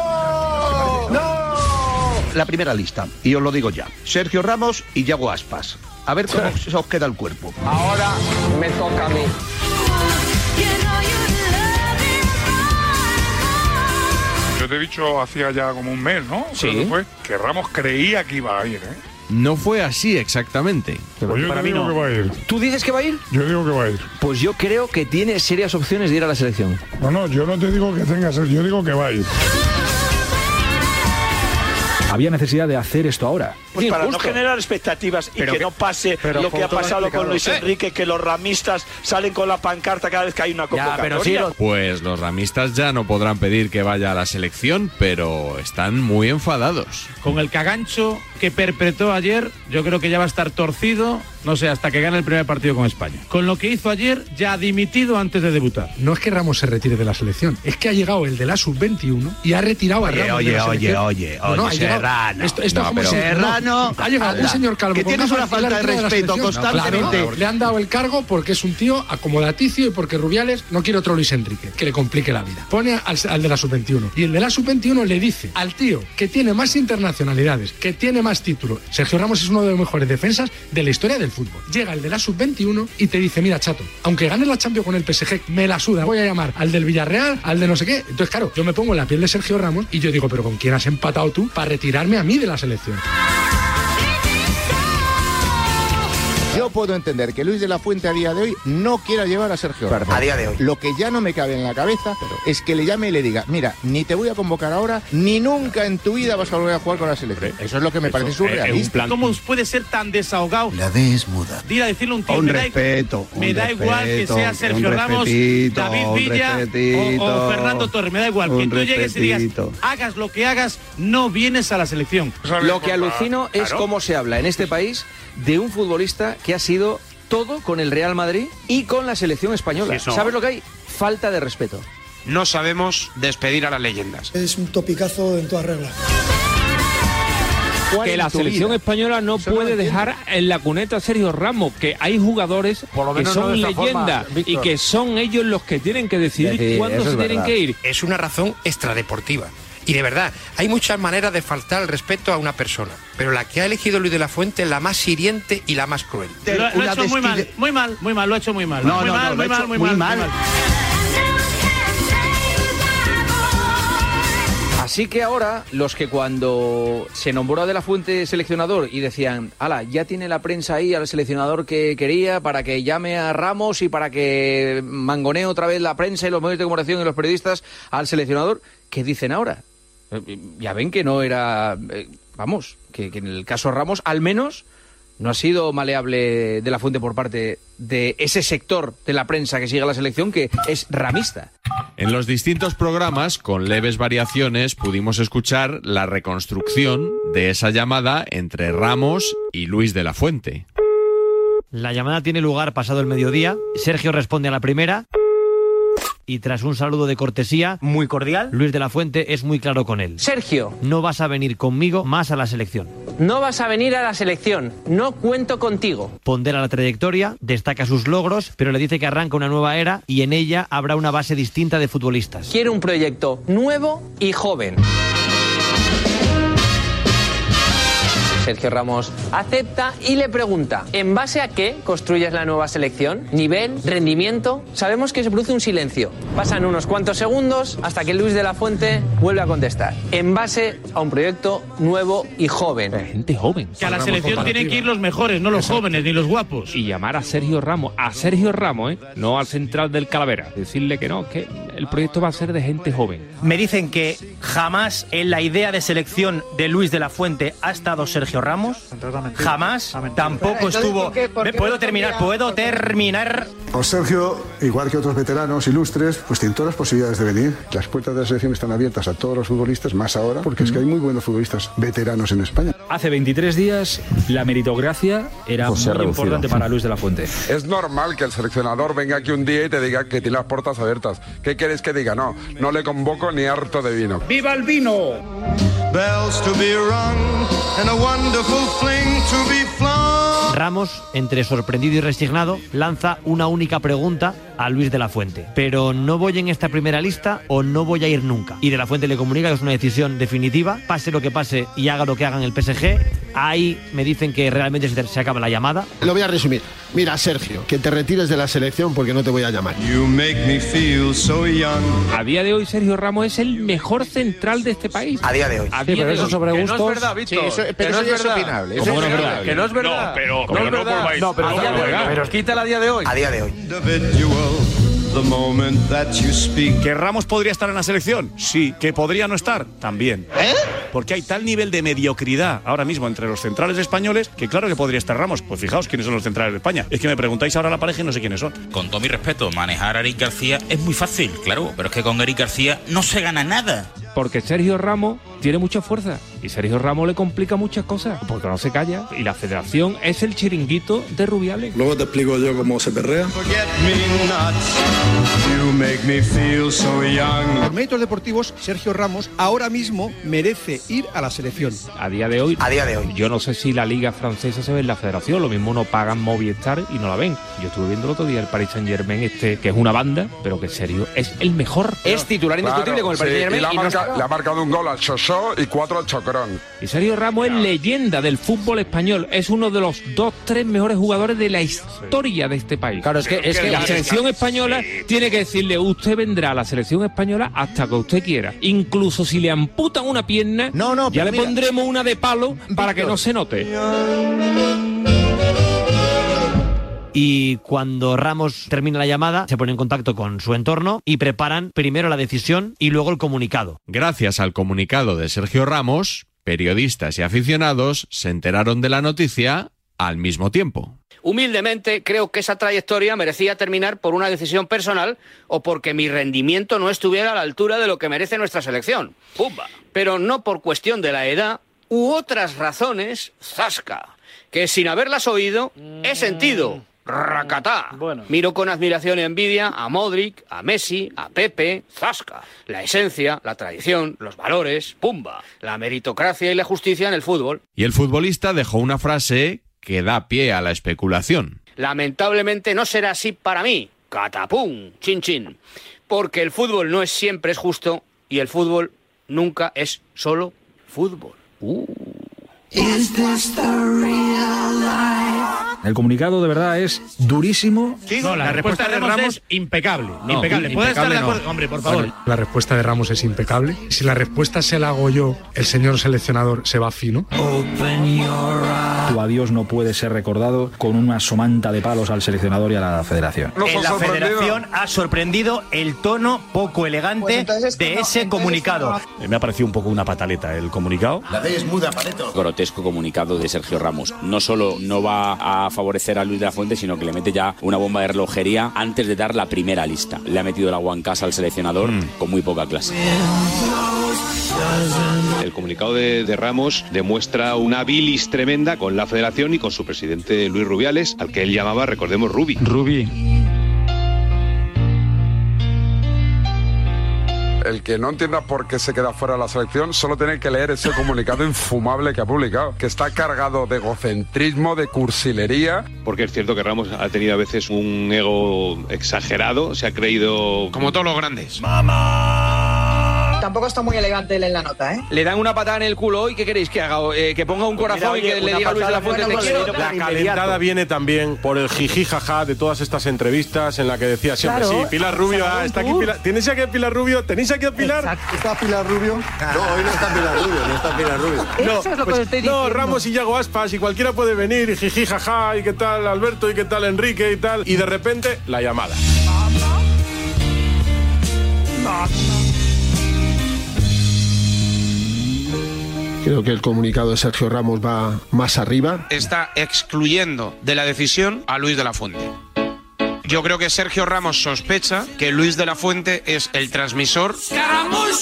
La primera lista, y os lo digo ya. Sergio Ramos y Yago Aspas. A ver cómo se os queda el cuerpo. Ahora me toca a mí. Yo te he dicho hacía ya como un mes, ¿no? Sí. Creo que fue, que Ramos creía que iba a ir, ¿eh? No fue así exactamente. Pues yo te digo que va a ir. ¿Tú dices que va a ir? Yo digo que va a ir. Pues yo creo que tiene serias opciones de ir a la selección. No, no, yo no te digo que tengas, yo digo que va a ir. Había necesidad de hacer esto ahora. Pues para no generar expectativas y Pero que, que- no pase pero lo que ha con todo pasado con explicado. Luis Eh. Enrique, que los ramistas salen con la pancarta cada vez que hay una Ah, convocatoria. Pues los ramistas ya no podrán pedir que vaya a la selección, pero están muy enfadados. Con el cagancho que perpetró ayer, yo creo que ya va a estar torcido, no sé, hasta que gane el primer partido con España. Con lo que hizo ayer, ya ha dimitido antes de debutar. No es que Ramos se retire de la selección, es que ha llegado el de la sub-21 y ha retirado a Oye, Ramos. oye, de la oye, selección. oye, No, no, oye, ha llegado- Serrano. Esto, esto No, es como pero- si- no, Serrano, ha llegado un anda, señor calvo. que con tienes gafas una y le ha falta de retirado la respeto selección. constantemente. Claro, le han dado el cargo porque es un tío acomodaticio y porque Rubiales no quiere otro Luis Enrique, que le complique la vida. Pone al, al de la sub-21 y el de la sub-21 le dice al tío que tiene más internacionalidades, que tiene más títulos. Sergio Ramos es uno de los mejores defensas de la historia del fútbol. Llega el de la sub-21 y te dice, mira chato, aunque ganes la Champions con el PSG, me la suda, voy a llamar al del Villarreal, al de no sé qué. Entonces, claro, yo me pongo en la piel de Sergio Ramos y yo digo, pero ¿con quién has empatado tú para retirarme a mí de la selección? Yo puedo entender que Luis de la Fuente a día de hoy no quiera llevar a Sergio Ramos. A día de hoy. Lo que ya no me cabe en la cabeza es que le llame y le diga, mira, ni te voy a convocar ahora, ni nunca en tu vida vas a volver a jugar con la selección. Eso eh, es lo que me parece surrealista. ¿Cómo puede ser tan desahogado? La D es muda. Ir a decirle a un tío, Un me da- respeto, un me da igual que respeto, sea un Sergio Ramos, respetito, David un Villa o- o, respetito, Fernando Torres, me da igual. Que un tú llegues y digas, respetito. hagas lo que hagas, no vienes a la selección. Pues Lo que alucino es cómo se habla en este país de un futbolista que ha sido todo con el Real Madrid y con la selección española. Sí, eso. ¿Sabes lo que hay? Falta de respeto. No sabemos despedir a las leyendas. Es un topicazo en todas reglas. Que la selección española no puede dejar en la cuneta a Sergio Ramos, que hay jugadores lo que menos no son de esa leyenda forma, y Víctor. que son ellos los que tienen que decidir Eh, cuándo se tienen que ir. Es una razón extradeportiva. Y de verdad, hay muchas maneras de faltar al respeto a una persona, pero la que ha elegido Luis de la Fuente es la más hiriente y la más cruel. Lo, lo ha hecho muy mal, muy mal, muy mal, lo ha hecho muy mal. No, muy no, mal, no, lo muy ha mal, hecho muy muy mal, mal. muy mal. Así que ahora, los que cuando se nombró a De La Fuente seleccionador y decían, ala, ya tiene la prensa ahí al seleccionador que quería para que llame a Ramos y para que mangonee otra vez la prensa y los medios de comunicación y los periodistas al seleccionador, ¿qué dicen ahora? Eh, Ya ven que no era. eh, Vamos, que, que en el caso Ramos, al menos, no ha sido maleable De La Fuente por parte de ese sector de la prensa que sigue a la selección que es ramista. En los distintos programas, con leves variaciones, pudimos escuchar la reconstrucción de esa llamada entre Ramos y Luis de la Fuente. La llamada tiene lugar pasado el mediodía. Sergio responde a la primera. Y tras un saludo de cortesía, muy cordial, Luis de la Fuente es muy claro con él. Sergio. No vas a venir conmigo más a la selección. No vas a venir a la selección, no cuento contigo. Pondera la trayectoria, destaca sus logros, pero le dice que arranca una nueva era y en ella habrá una base distinta de futbolistas. Quiero un proyecto nuevo y joven. Sergio Ramos acepta y le pregunta, ¿en base a qué construyes la nueva selección? ¿Nivel? ¿Rendimiento? Sabemos que se produce un silencio. Pasan unos cuantos segundos hasta que Luis de la Fuente vuelve a contestar, en base a un proyecto nuevo y joven. Gente joven. Que a la selección tienen que ir los mejores, no los jóvenes ni los guapos. Y llamar a Sergio Ramos, a Sergio Ramos, ¿eh? no al central del Calavera. Decirle que no, que el proyecto va a ser de gente joven. Me dicen que jamás en la idea de selección de Luis de la Fuente ha estado Sergio Sergio Ramos jamás tampoco Entonces, estuvo... ¿por qué- por ¿Me qué puedo no terminar? cambiaron? ¿Puedo terminar? Pues Sergio, igual que otros veteranos ilustres, pues tiene todas las posibilidades de venir. Las puertas de la selección están abiertas a todos los futbolistas, más ahora, porque es que hay muy buenos futbolistas veteranos en España. Hace 23 días la meritocracia era Pues se ha muy reducido. importante para Luis de la Fuente. Es normal que el seleccionador venga aquí un día y te diga que tiene las puertas abiertas. ¿Qué quieres que diga? No, no le convoco ni harto de vino. ¡Viva el vino! Bells to be rung and a wonderful fling to be flung. Ramos, entre sorprendido y resignado, lanza una única pregunta a Luis de la Fuente. Pero no voy en esta primera lista o no voy a ir nunca. Y de la Fuente le comunica que es una decisión definitiva. Pase lo que pase y haga lo que hagan el PSG. Ahí me dicen que realmente se, se acaba la llamada. Lo voy a resumir. Mira, Sergio, que te retires de la selección porque no te voy a llamar. You make me feel so young. A día de hoy Sergio Ramos es el mejor central de este país. A día de hoy. A Sí, día pero de eso hoy. sobre Que gustos- No es verdad, Víctor. Sí, eso- Que pero no eso ya es verdad. opinable. Eso ¿Cómo no es es verdad? verdad? Que no es verdad. pero- no, pero es no Ah, verdad. volváis- No, pero no a día de hoy. volváis. Pero quítala a día de hoy. A día de hoy. Individual, the moment that you speak. ¿Que Ramos podría estar en la selección? Sí. ¿Que podría no estar? También. ¿Eh? Porque hay tal nivel de mediocridad ahora mismo entre los centrales españoles que claro que podría estar Ramos. Pues fijaos quiénes son los centrales de España. Es que me preguntáis ahora la pareja y no sé quiénes son. Con todo mi respeto, manejar a Eric García es muy fácil, claro, pero es que con Eric García no se gana nada. Porque Sergio Ramos tiene mucha fuerza y Sergio Ramos le complica muchas cosas porque no se calla y la federación es el chiringuito de Rubiales. Luego te explico yo cómo se perrea. You make me feel so young. Por méritos deportivos, Sergio Ramos ahora mismo merece ir a la selección. A día de hoy, a día de hoy, yo no sé si la liga francesa se ve en la federación, lo mismo no pagan Movistar y no la ven. Yo estuve viendo el otro día el Paris Saint Germain este, que es una banda, pero que serio es el mejor. Es titular indiscutible con el Paris Saint-Germain y y no no está- está. Le ha marcado un gol al Chosó y cuatro al Chocrón. Y Sergio Ramos es leyenda del fútbol español. Es uno de los dos, tres mejores jugadores de la historia de este país. Claro, es que- es que- la es- selección española tiene que decirle, usted vendrá a la selección española hasta que usted quiera. Incluso si le amputan una pierna, no, no, ya pero le mira- pondremos una de palo para que Víctor. no se note. Y cuando Ramos termina la llamada, se pone en contacto con su entorno y preparan primero la decisión y luego el comunicado. Gracias al comunicado de Sergio Ramos, periodistas y aficionados se enteraron de la noticia al mismo tiempo. Humildemente, creo que esa trayectoria merecía terminar por una decisión personal o porque mi rendimiento no estuviera a la altura de lo que merece nuestra selección. ¡Pumba! Pero no por cuestión de la edad u otras razones, zasca, que sin haberlas oído he sentido. Racatá. Miro con admiración y envidia a Modric, a Messi, a Pepe, Zasca. La esencia, la tradición, los valores, pumba. La meritocracia y la justicia en el fútbol. Y el futbolista dejó una frase que da pie a la especulación. Lamentablemente no será así para mí. Catapum, chin chin. Porque el fútbol no es siempre es justo y el fútbol nunca es solo fútbol. Is this the real life? El comunicado de verdad es durísimo. No, la, respuesta, de Ramos, es impecable. impecable. Puedes estar de acuerdo. Hombre, por favor. Bueno, la respuesta de Ramos es impecable. Si la respuesta se la hago yo, el señor seleccionador se va fino. Tu adiós no puede ser recordado con una somanta de palos al seleccionador y a la federación. en la federación ha sorprendido el tono poco elegante Pues de ese comunicado. Eh, Me ha parecido un poco una pataleta el comunicado. La D es muda, Pareto. Grotesco comunicado de Sergio Ramos. No solo no va a favorecer a Luis de la Fuente, sino que le mete ya una bomba de relojería antes de dar la primera lista. Le ha metido la guancasa al seleccionador con muy poca clase. El comunicado de, de Ramos demuestra una bilis tremenda con la federación y con su presidente Luis Rubiales, al que él llamaba, recordemos, Rubi. Rubi. El que no entienda por qué se queda fuera de la selección solo tiene que leer ese comunicado <laughs> infumable que ha publicado, que está cargado de egocentrismo, de cursilería. Porque es cierto que Ramos ha tenido a veces un ego exagerado, se ha creído... Como todos los grandes. Tampoco está muy elegante él en la nota, ¿eh? Le dan una patada en el culo hoy, ¿qué queréis que haga? Eh, que ponga un Pues corazón y que le diga a Luis de la Fuente, te quiero. La calentada viene también por el jiji jaja de todas estas entrevistas en la que decía siempre Claro. sí, Pilar Rubio, ah, está aquí Pilar, tenéis aquí a Pilar Rubio, tenéis aquí a Pilar. ¿Está Pilar Rubio? No, hoy no está Pilar Rubio, no está Pilar Rubio. Eso es lo que os estoy no, diciendo. Ramos y Yago Aspas y cualquiera puede venir y jiji jaja y qué tal Alberto y qué tal Enrique y tal y de repente la llamada. Que Creo que el comunicado de Sergio Ramos va más arriba. Está excluyendo de la decisión a Luis de la Fuente. Yo creo que Sergio Ramos sospecha que Luis de la Fuente es el transmisor.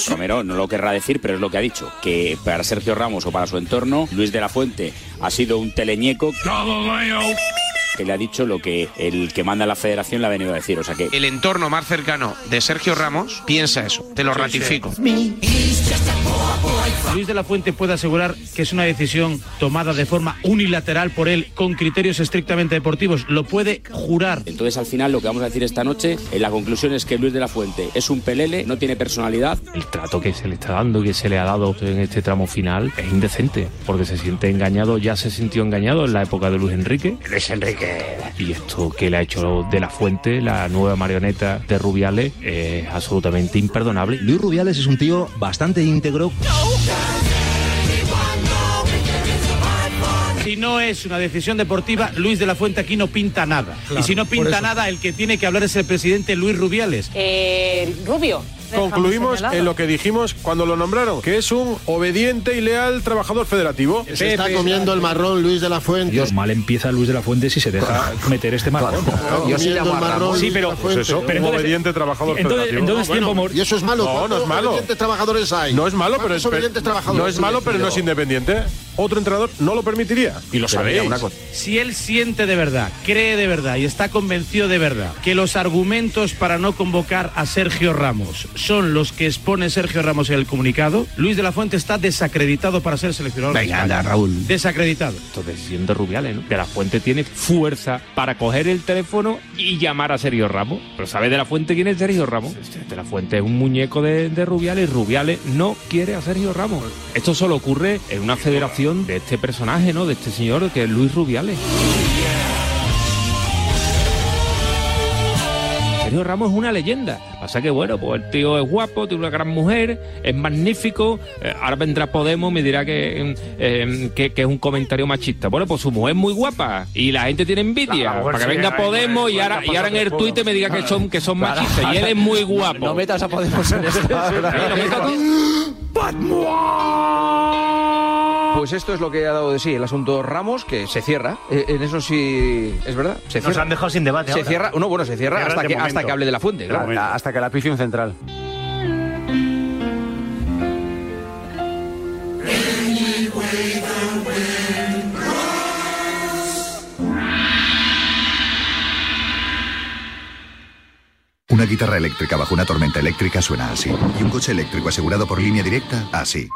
Romero no lo querrá decir, pero es lo que ha dicho, que para Sergio Ramos o para su entorno, Luis de la Fuente ha sido un teleñeco que le ha dicho lo que el que manda la federación le ha venido a decir. O sea que El entorno más cercano de Sergio Ramos piensa eso. Te lo Sí, sí. ratifico. Luis de la Fuente puede asegurar que es una decisión tomada de forma unilateral por él con criterios estrictamente deportivos. Lo puede jurar. Entonces al final lo que vamos a decir esta noche, eh, la conclusión es que Luis de la Fuente es un pelele, no tiene personalidad. El trato que se le está dando, que se le ha dado en este tramo final, es indecente, porque se siente engañado, ya se sintió engañado en la época de Luis Enrique. Luis Enrique. Y esto que le ha hecho de la fuente, la nueva marioneta de Rubiales, es absolutamente imperdonable. Luis Rubiales es un tío bastante íntegro. Si no es una decisión deportiva, Luis de la Fuente aquí no pinta nada. Claro, y si no por pinta eso. nada, el que tiene que hablar es el presidente Luis Rubiales. Rubio. Concluimos en lo que dijimos cuando lo nombraron, que es un obediente y leal trabajador federativo. Se está comiendo el marrón Luis de la Fuente. Dios, mal empieza Luis de la Fuente si se deja meter este marrón. Sí, pero, pero entonces- Pues obediente trabajador entonces- federativo. entonces tiempo mor- Y eso es malo. No, no ¿Cuántos es malo. obedientes trabajadores hay? No es malo, pero ¿Cuántos es, pero- obedientes trabajadores no es malo, pero no es independiente. Otro entrenador no lo permitiría. Y lo Pero sabéis. mira, una cosa. Si él siente de verdad, cree de verdad y está convencido de verdad que los argumentos para no convocar a Sergio Ramos son los que expone Sergio Ramos en el comunicado, Luis de la Fuente está desacreditado para ser seleccionador. de Venga, España. anda, Raúl. Desacreditado. Esto decisión de Rubiales, ¿no? De la Fuente tiene fuerza para coger el teléfono y llamar a Sergio Ramos. Pero ¿sabe de la Fuente quién es Sergio Ramos? De la Fuente es un muñeco de, de Rubiales. Rubiales no quiere a Sergio Ramos. Esto solo ocurre en una federación de este personaje, ¿no? De este señor que es Luis Rubiales. Sergio Ramos es una leyenda. Pasa que, bueno, pues el tío es guapo, tiene una gran mujer, es magnífico. eh, ahora vendrá Podemos y me dirá que, eh, que, que es un comentario machista. Bueno, pues su mujer es muy guapa y la gente tiene envidia. La- la mujer para que sí, venga la- Podemos y la- ahora, la- y ahora en el la- Twitter me diga que son, que son machistas. Y él es muy guapo. No metas a Podemos en Pues esto es lo que ha dado de sí el asunto Ramos, que se cierra. Eh, en eso sí es verdad. Se Nos cierra. han dejado sin debate Se ahora. cierra, no, bueno, se cierra Cierra hasta de que, momento. hasta que hable de la fuente. Claro, hasta que la pise un central. Una guitarra eléctrica bajo una tormenta eléctrica suena así. Y un coche eléctrico asegurado por línea directa, así.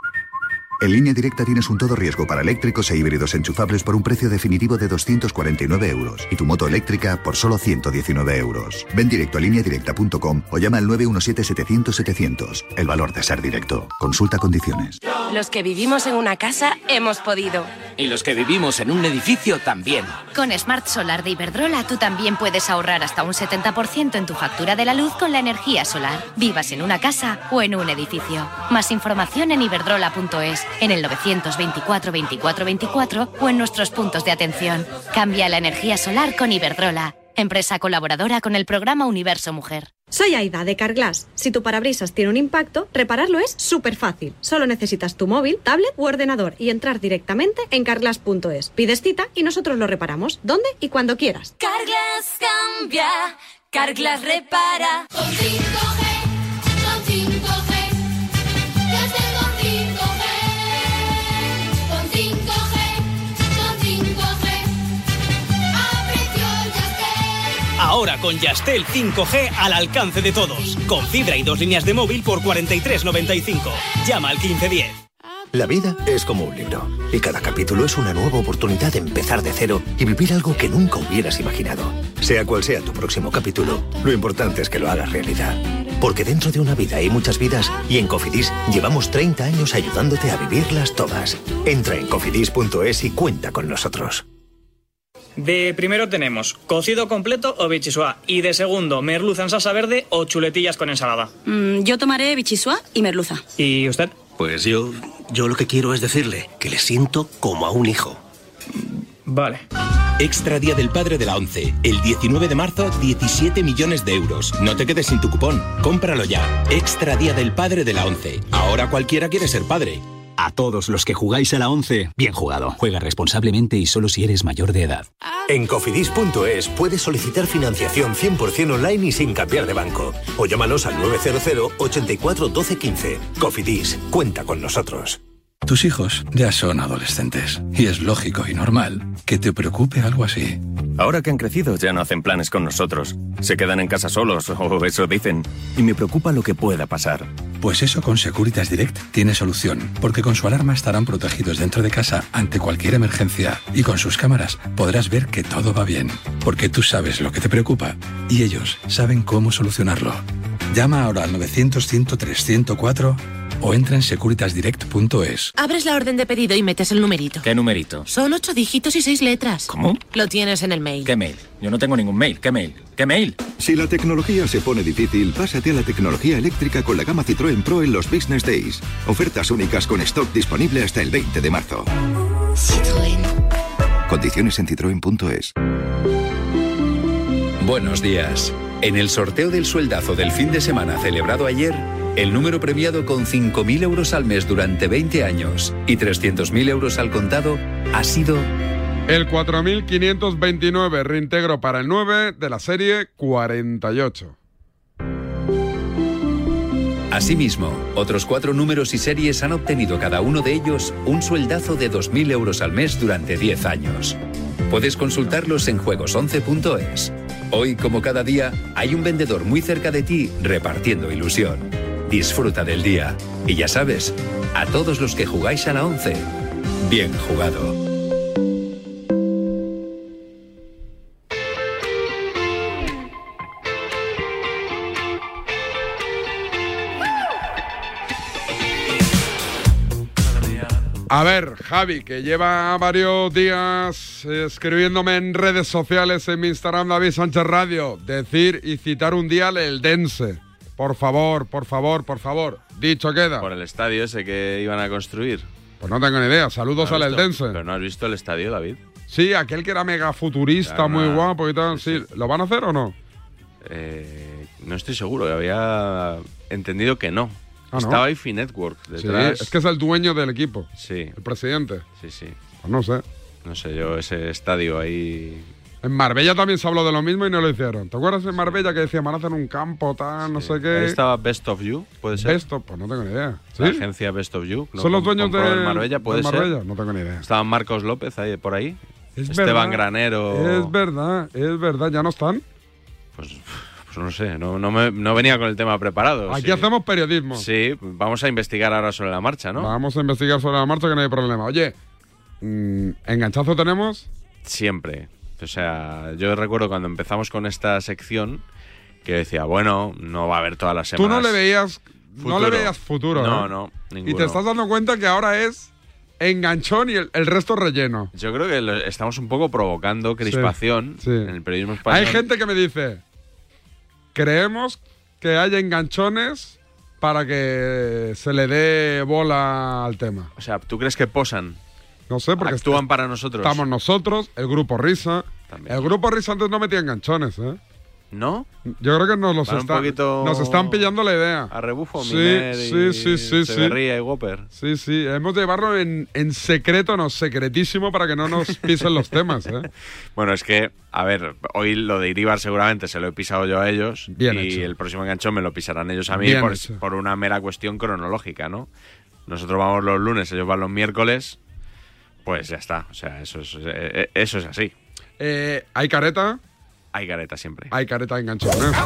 En línea directa tienes un todo riesgo para eléctricos e híbridos enchufables por un precio definitivo de 249 euros y tu moto eléctrica por solo 119 euros. Ven directo a lineadirecta.com o llama al 917-700-700. El valor de ser directo. Consulta condiciones. Los que vivimos en una casa hemos podido. Y los que vivimos en un edificio también. Con Smart Solar de Iberdrola tú también puedes ahorrar hasta un 70% en tu factura de la luz con la energía solar, vivas en una casa o en un edificio. Más información en iberdrola.es, en el 924 24 24 o en nuestros puntos de atención. Cambia la energía solar con Iberdrola, empresa colaboradora con el programa Universo Mujer. Soy Aida de Carglass. Si tu parabrisas tiene un impacto, repararlo es súper fácil. Solo necesitas tu móvil, tablet u ordenador y entrar directamente en carglass.es. Pides cita y nosotros lo reparamos donde y cuando quieras. Carglass cambia, Carglass repara. Con 5G, con 5G, yo tengo 5G. Con 5G, con 5G, aprecio ya Ahora con Yastel 5G al alcance de todos. Con fibra y dos líneas de móvil por 43.95. Llama al 1510. La vida es como un libro y cada capítulo es una nueva oportunidad de empezar de cero y vivir algo que nunca hubieras imaginado. Sea cual sea tu próximo capítulo, lo importante es que lo hagas realidad. Porque dentro de una vida hay muchas vidas y en Cofidis llevamos 30 años ayudándote a vivirlas todas. Entra en cofidis.es y cuenta con nosotros. De primero tenemos cocido completo o bichisuá. Y de segundo, merluza en salsa verde o chuletillas con ensalada. Mm, yo tomaré bichisua y merluza. ¿Y usted? Pues yo, yo lo que quiero es decirle que le siento como a un hijo. Vale. Extra Día del Padre de la 11. El 19 de marzo, 17 millones de euros. No te quedes sin tu cupón. Cómpralo ya. Extra Día del Padre de la 11. Ahora cualquiera quiere ser padre. A todos los que jugáis a la 11, bien jugado. Juega responsablemente y solo si eres mayor de edad. En cofidis.es puedes solicitar financiación 100% online y sin cambiar de banco. O llámanos al 900 84 12 15. Cofidis, cuenta con nosotros. Tus hijos ya son adolescentes y es lógico y normal que te preocupe algo así. Ahora que han crecido Pues ya no hacen planes con nosotros. Se quedan en casa solos o eso dicen. Y me preocupa lo que pueda pasar. Pues eso con Securitas Direct tiene solución, porque con su alarma estarán protegidos dentro de casa ante cualquier emergencia y con sus cámaras podrás ver que todo va bien, porque tú sabes lo que te preocupa y ellos saben cómo solucionarlo. Llama ahora al 900 103 104 o entra en securitasdirect.es. Abres la orden de pedido y metes el numerito. ¿Qué numerito? Son ocho dígitos y seis letras. ¿Cómo? Lo tienes en el mail. ¿Qué mail? Yo no tengo ningún mail. ¿Qué mail? ¿Qué mail? Si la tecnología se pone difícil, pásate a la tecnología eléctrica con la gama Citroën Pro en los Business Days. Ofertas únicas con stock disponible hasta el 20 de marzo. Condiciones en citroen.es. Buenos días. En el sorteo del sueldazo del fin de semana celebrado ayer, el número premiado con 5.000 euros al mes durante 20 años y 300.000 euros al contado ha sido... El 4529 reintegro para el 9 de la serie 48. Asimismo, otros cuatro números y series han obtenido cada uno de ellos un sueldazo de 2.000 euros al mes durante 10 años. Puedes consultarlos en juegos11.es. Hoy, como cada día, hay un vendedor muy cerca de ti repartiendo ilusión. Disfruta del día. Y ya sabes, a todos los que jugáis a la 11, bien jugado. A ver, Javi, que lleva varios días escribiéndome en redes sociales, en mi Instagram, David Sánchez Radio, decir y citar un día el Eldense. Por favor, por favor, por favor. Dicho queda. Por el estadio ese que iban a construir. Pues no tengo ni idea. Saludos ¿No has al visto? Eldense. Pero no has visto el estadio, David. Sí, aquel que era mega futurista, Claro, muy nada. guapo y tal. Sí, ¿Lo van a hacer o no? Eh, no estoy seguro, había entendido que no. Ah, ¿no? Estaba IFI Network detrás. Sí, es que es el dueño del equipo, Sí, el presidente. sí, sí. Pues no sé. No sé, yo ese estadio ahí. En Marbella también se habló de lo mismo y no lo hicieron. ¿Te acuerdas en Marbella que decían van a hacer un campo, tal, no sé Ahí qué? estaba Best of You, puede ser. Best of- pues no tengo ni idea. La ¿Sí? agencia Best of You. ¿Son los Com- dueños de, compró el Marbella, de puede Marbella? ser. No tengo ni idea. Estaba Marcos López ahí, por ahí. Es Esteban verdad, Granero. Es verdad, es verdad, ya no están. Pues no sé, no, no, me- no venía con el tema preparado. Aquí sí. hacemos periodismo. Sí, vamos a investigar ahora sobre la marcha, ¿no? Vamos a investigar sobre la marcha que no hay problema. Oye, mm, ¿enganchazo tenemos? Siempre. O sea, yo recuerdo cuando empezamos con esta sección que decía, bueno, no va a haber todas las Tú no semanas. le veías, no le Futuro. veías futuro. No, ¿eh? no, Y te ninguno. estás dando cuenta que ahora es enganchón y el, el resto relleno. Yo creo que lo- estamos un poco provocando crispación en el periodismo español. Hay gente que me dice, creemos que hay enganchones para que se le dé bola al tema. O sea, ¿tú crees que posan? No sé, porque Actúan para nosotros. estamos nosotros, el grupo Risa. El grupo Risa antes no metía enganchones, ¿eh? ¿No? Yo creo que nos los Van un están, poquito nos están pillando la idea. A rebufo, Sí, Miner sí, y sí, sí, sí. Echeverría y Whopper. Sí, sí, hemos de llevarlo en, en secreto, no, secretísimo para que <laughs> no nos pisen los temas, ¿eh? Bueno, es que, a ver, hoy lo de Iribar seguramente se lo he pisado yo a ellos Bien y hecho. el próximo enganchón me lo pisarán ellos a mí Bien por, hecho. por una mera cuestión cronológica, ¿no? Nosotros vamos los lunes, ellos van los miércoles, pues ya está, o sea, eso es, eh, eh, eso es así. Eh, ¿Hay careta? Hay careta siempre. Hay careta de enganchón, ¿eh?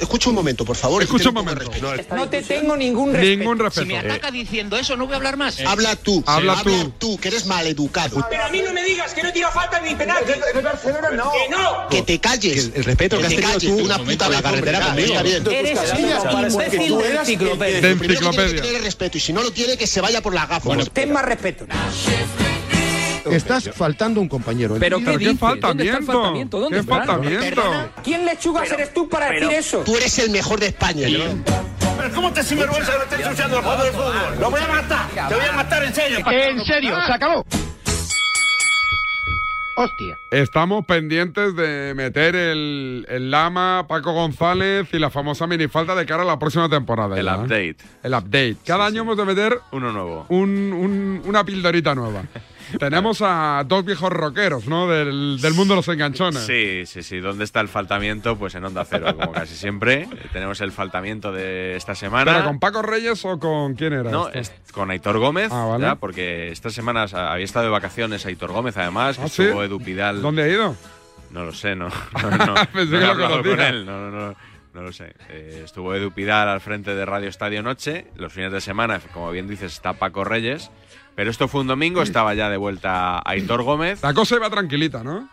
Escucha un momento, por favor. Escucha un momento. No te tengo ningún respeto. Ningún respeto. Si me ataca diciendo eso, no voy a hablar más. Eh, Habla tú. Habla tú. que eres maleducado. Pero a mí no me digas que no tira falta ni penal. De- de Barcelona, no. Que no. Que te calles. el respeto que has tenido tú, una puta la carretera conmigo. está bien. Eres un pues imbécil de enciclopedia. De enciclopedia. enciclopedia. que tener respeto y si no lo tiene que se vaya por las gafas. ten más respeto. Estás faltando un compañero. Pero ¿qué dices? faltamiento? ¿Dónde está el faltamiento? ¿Dónde, ¿Qué Fran? faltamiento? Perdona, ¿Quién lechuga eres tú para pero decir eso? Tú eres el mejor de España. Pero ¿Cómo te sinvergüenza que lo estés ensuciando el juego del fútbol? ¡Lo voy a matar! ¡Te voy a matar en serio! En serio, se acabó! Hostia. Estamos pendientes de meter el, el Lama, Paco González y la famosa minifalda de cara a la próxima temporada. El ya, ¿eh? update. El update. Cada año hemos de meter Uno nuevo. un- un- una <laughs> pildorita nueva. Tenemos a dos viejos rockeros, ¿no? Del, del mundo de los enganchones. Sí, sí, sí. ¿Dónde está el faltamiento? Pues en Onda Cero, como casi siempre. Eh, Tenemos el faltamiento de esta semana. ¿Pero con Paco Reyes o con quién era? este? No, esto? es con Aitor Gómez, Ah, vale. ya, porque estas semanas ah, había estado de vacaciones Aitor Gómez, además, que ¿Ah, sí? estuvo Edu Pidal. ¿Dónde ha ido? No lo sé, <laughs> no. No, no, Pensé no que he lo hablado con conocía. él, no, no, no, no lo sé. Eh, estuvo Edu Pidal al frente de Radio Estadio Noche. Los fines de semana, como bien dices, está Paco Reyes. Pero esto fue un domingo, estaba ya de vuelta Aitor Gómez. La cosa iba tranquilita, ¿no?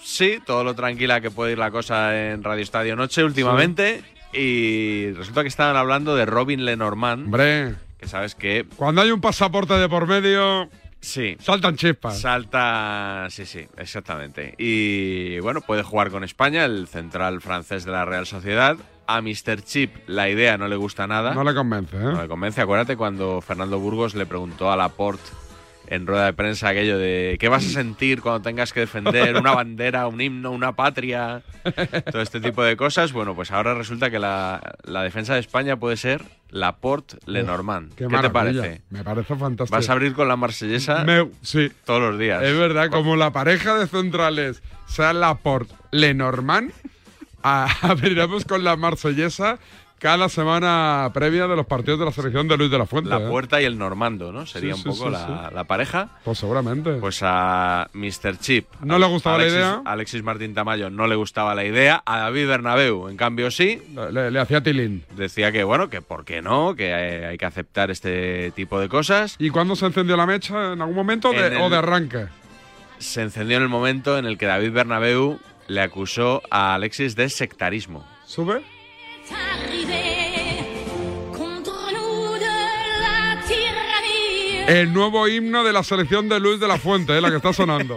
Sí, todo lo tranquila que puede ir la cosa en Radio Estadio Noche últimamente. Y resulta que estaban hablando de Robin Lenormand. Hombre. Que sabes que. Cuando hay un pasaporte de por medio, Sí. saltan chispas. Salta. Sí, sí, exactamente. Y bueno, puede jugar con España, el central francés de la Real Sociedad. A Mr. Chip la idea no le gusta nada. No le convence, ¿eh? No me convence. Acuérdate cuando Fernando Burgos le preguntó a Laporte en rueda de prensa aquello de ¿qué vas a sentir cuando tengas que defender una bandera, un himno, una patria? <laughs> Todo este tipo de cosas. Bueno, pues ahora resulta que la, la defensa de España puede ser Laporte-Lenormand. ¿Qué, te maravilla. parece? Me parece fantástico. ¿Vas a abrir con la marsellesa Me- sí. todos los días? Es verdad, como la pareja de centrales sea Laporte Lenormand, <laughs> a- abriremos con la marsellesa cada semana previa de los partidos de la selección de Luis de la Fuente. La ¿eh? puerta y el normando, ¿no? Sería Sí, sí, un poco sí, la, sí. la pareja. Pues seguramente. Pues a Mr. Chip. No a- le gustaba la Alexis- idea. Alexis Martín Tamayo no le gustaba la idea. A David Bernabeu, en cambio, sí. Le, le hacía tilín. Decía que, bueno, que por qué no, que eh, hay, hay que aceptar este tipo de cosas. ¿Y cuándo se encendió la mecha? ¿En algún momento de- En el- o de arranque? Se encendió en el momento en el que David Bernabeu le acusó a Alexis de sectarismo. ¿Sube? El nuevo himno de la selección de Luis de la Fuente, ¿eh? la que <laughs> está sonando.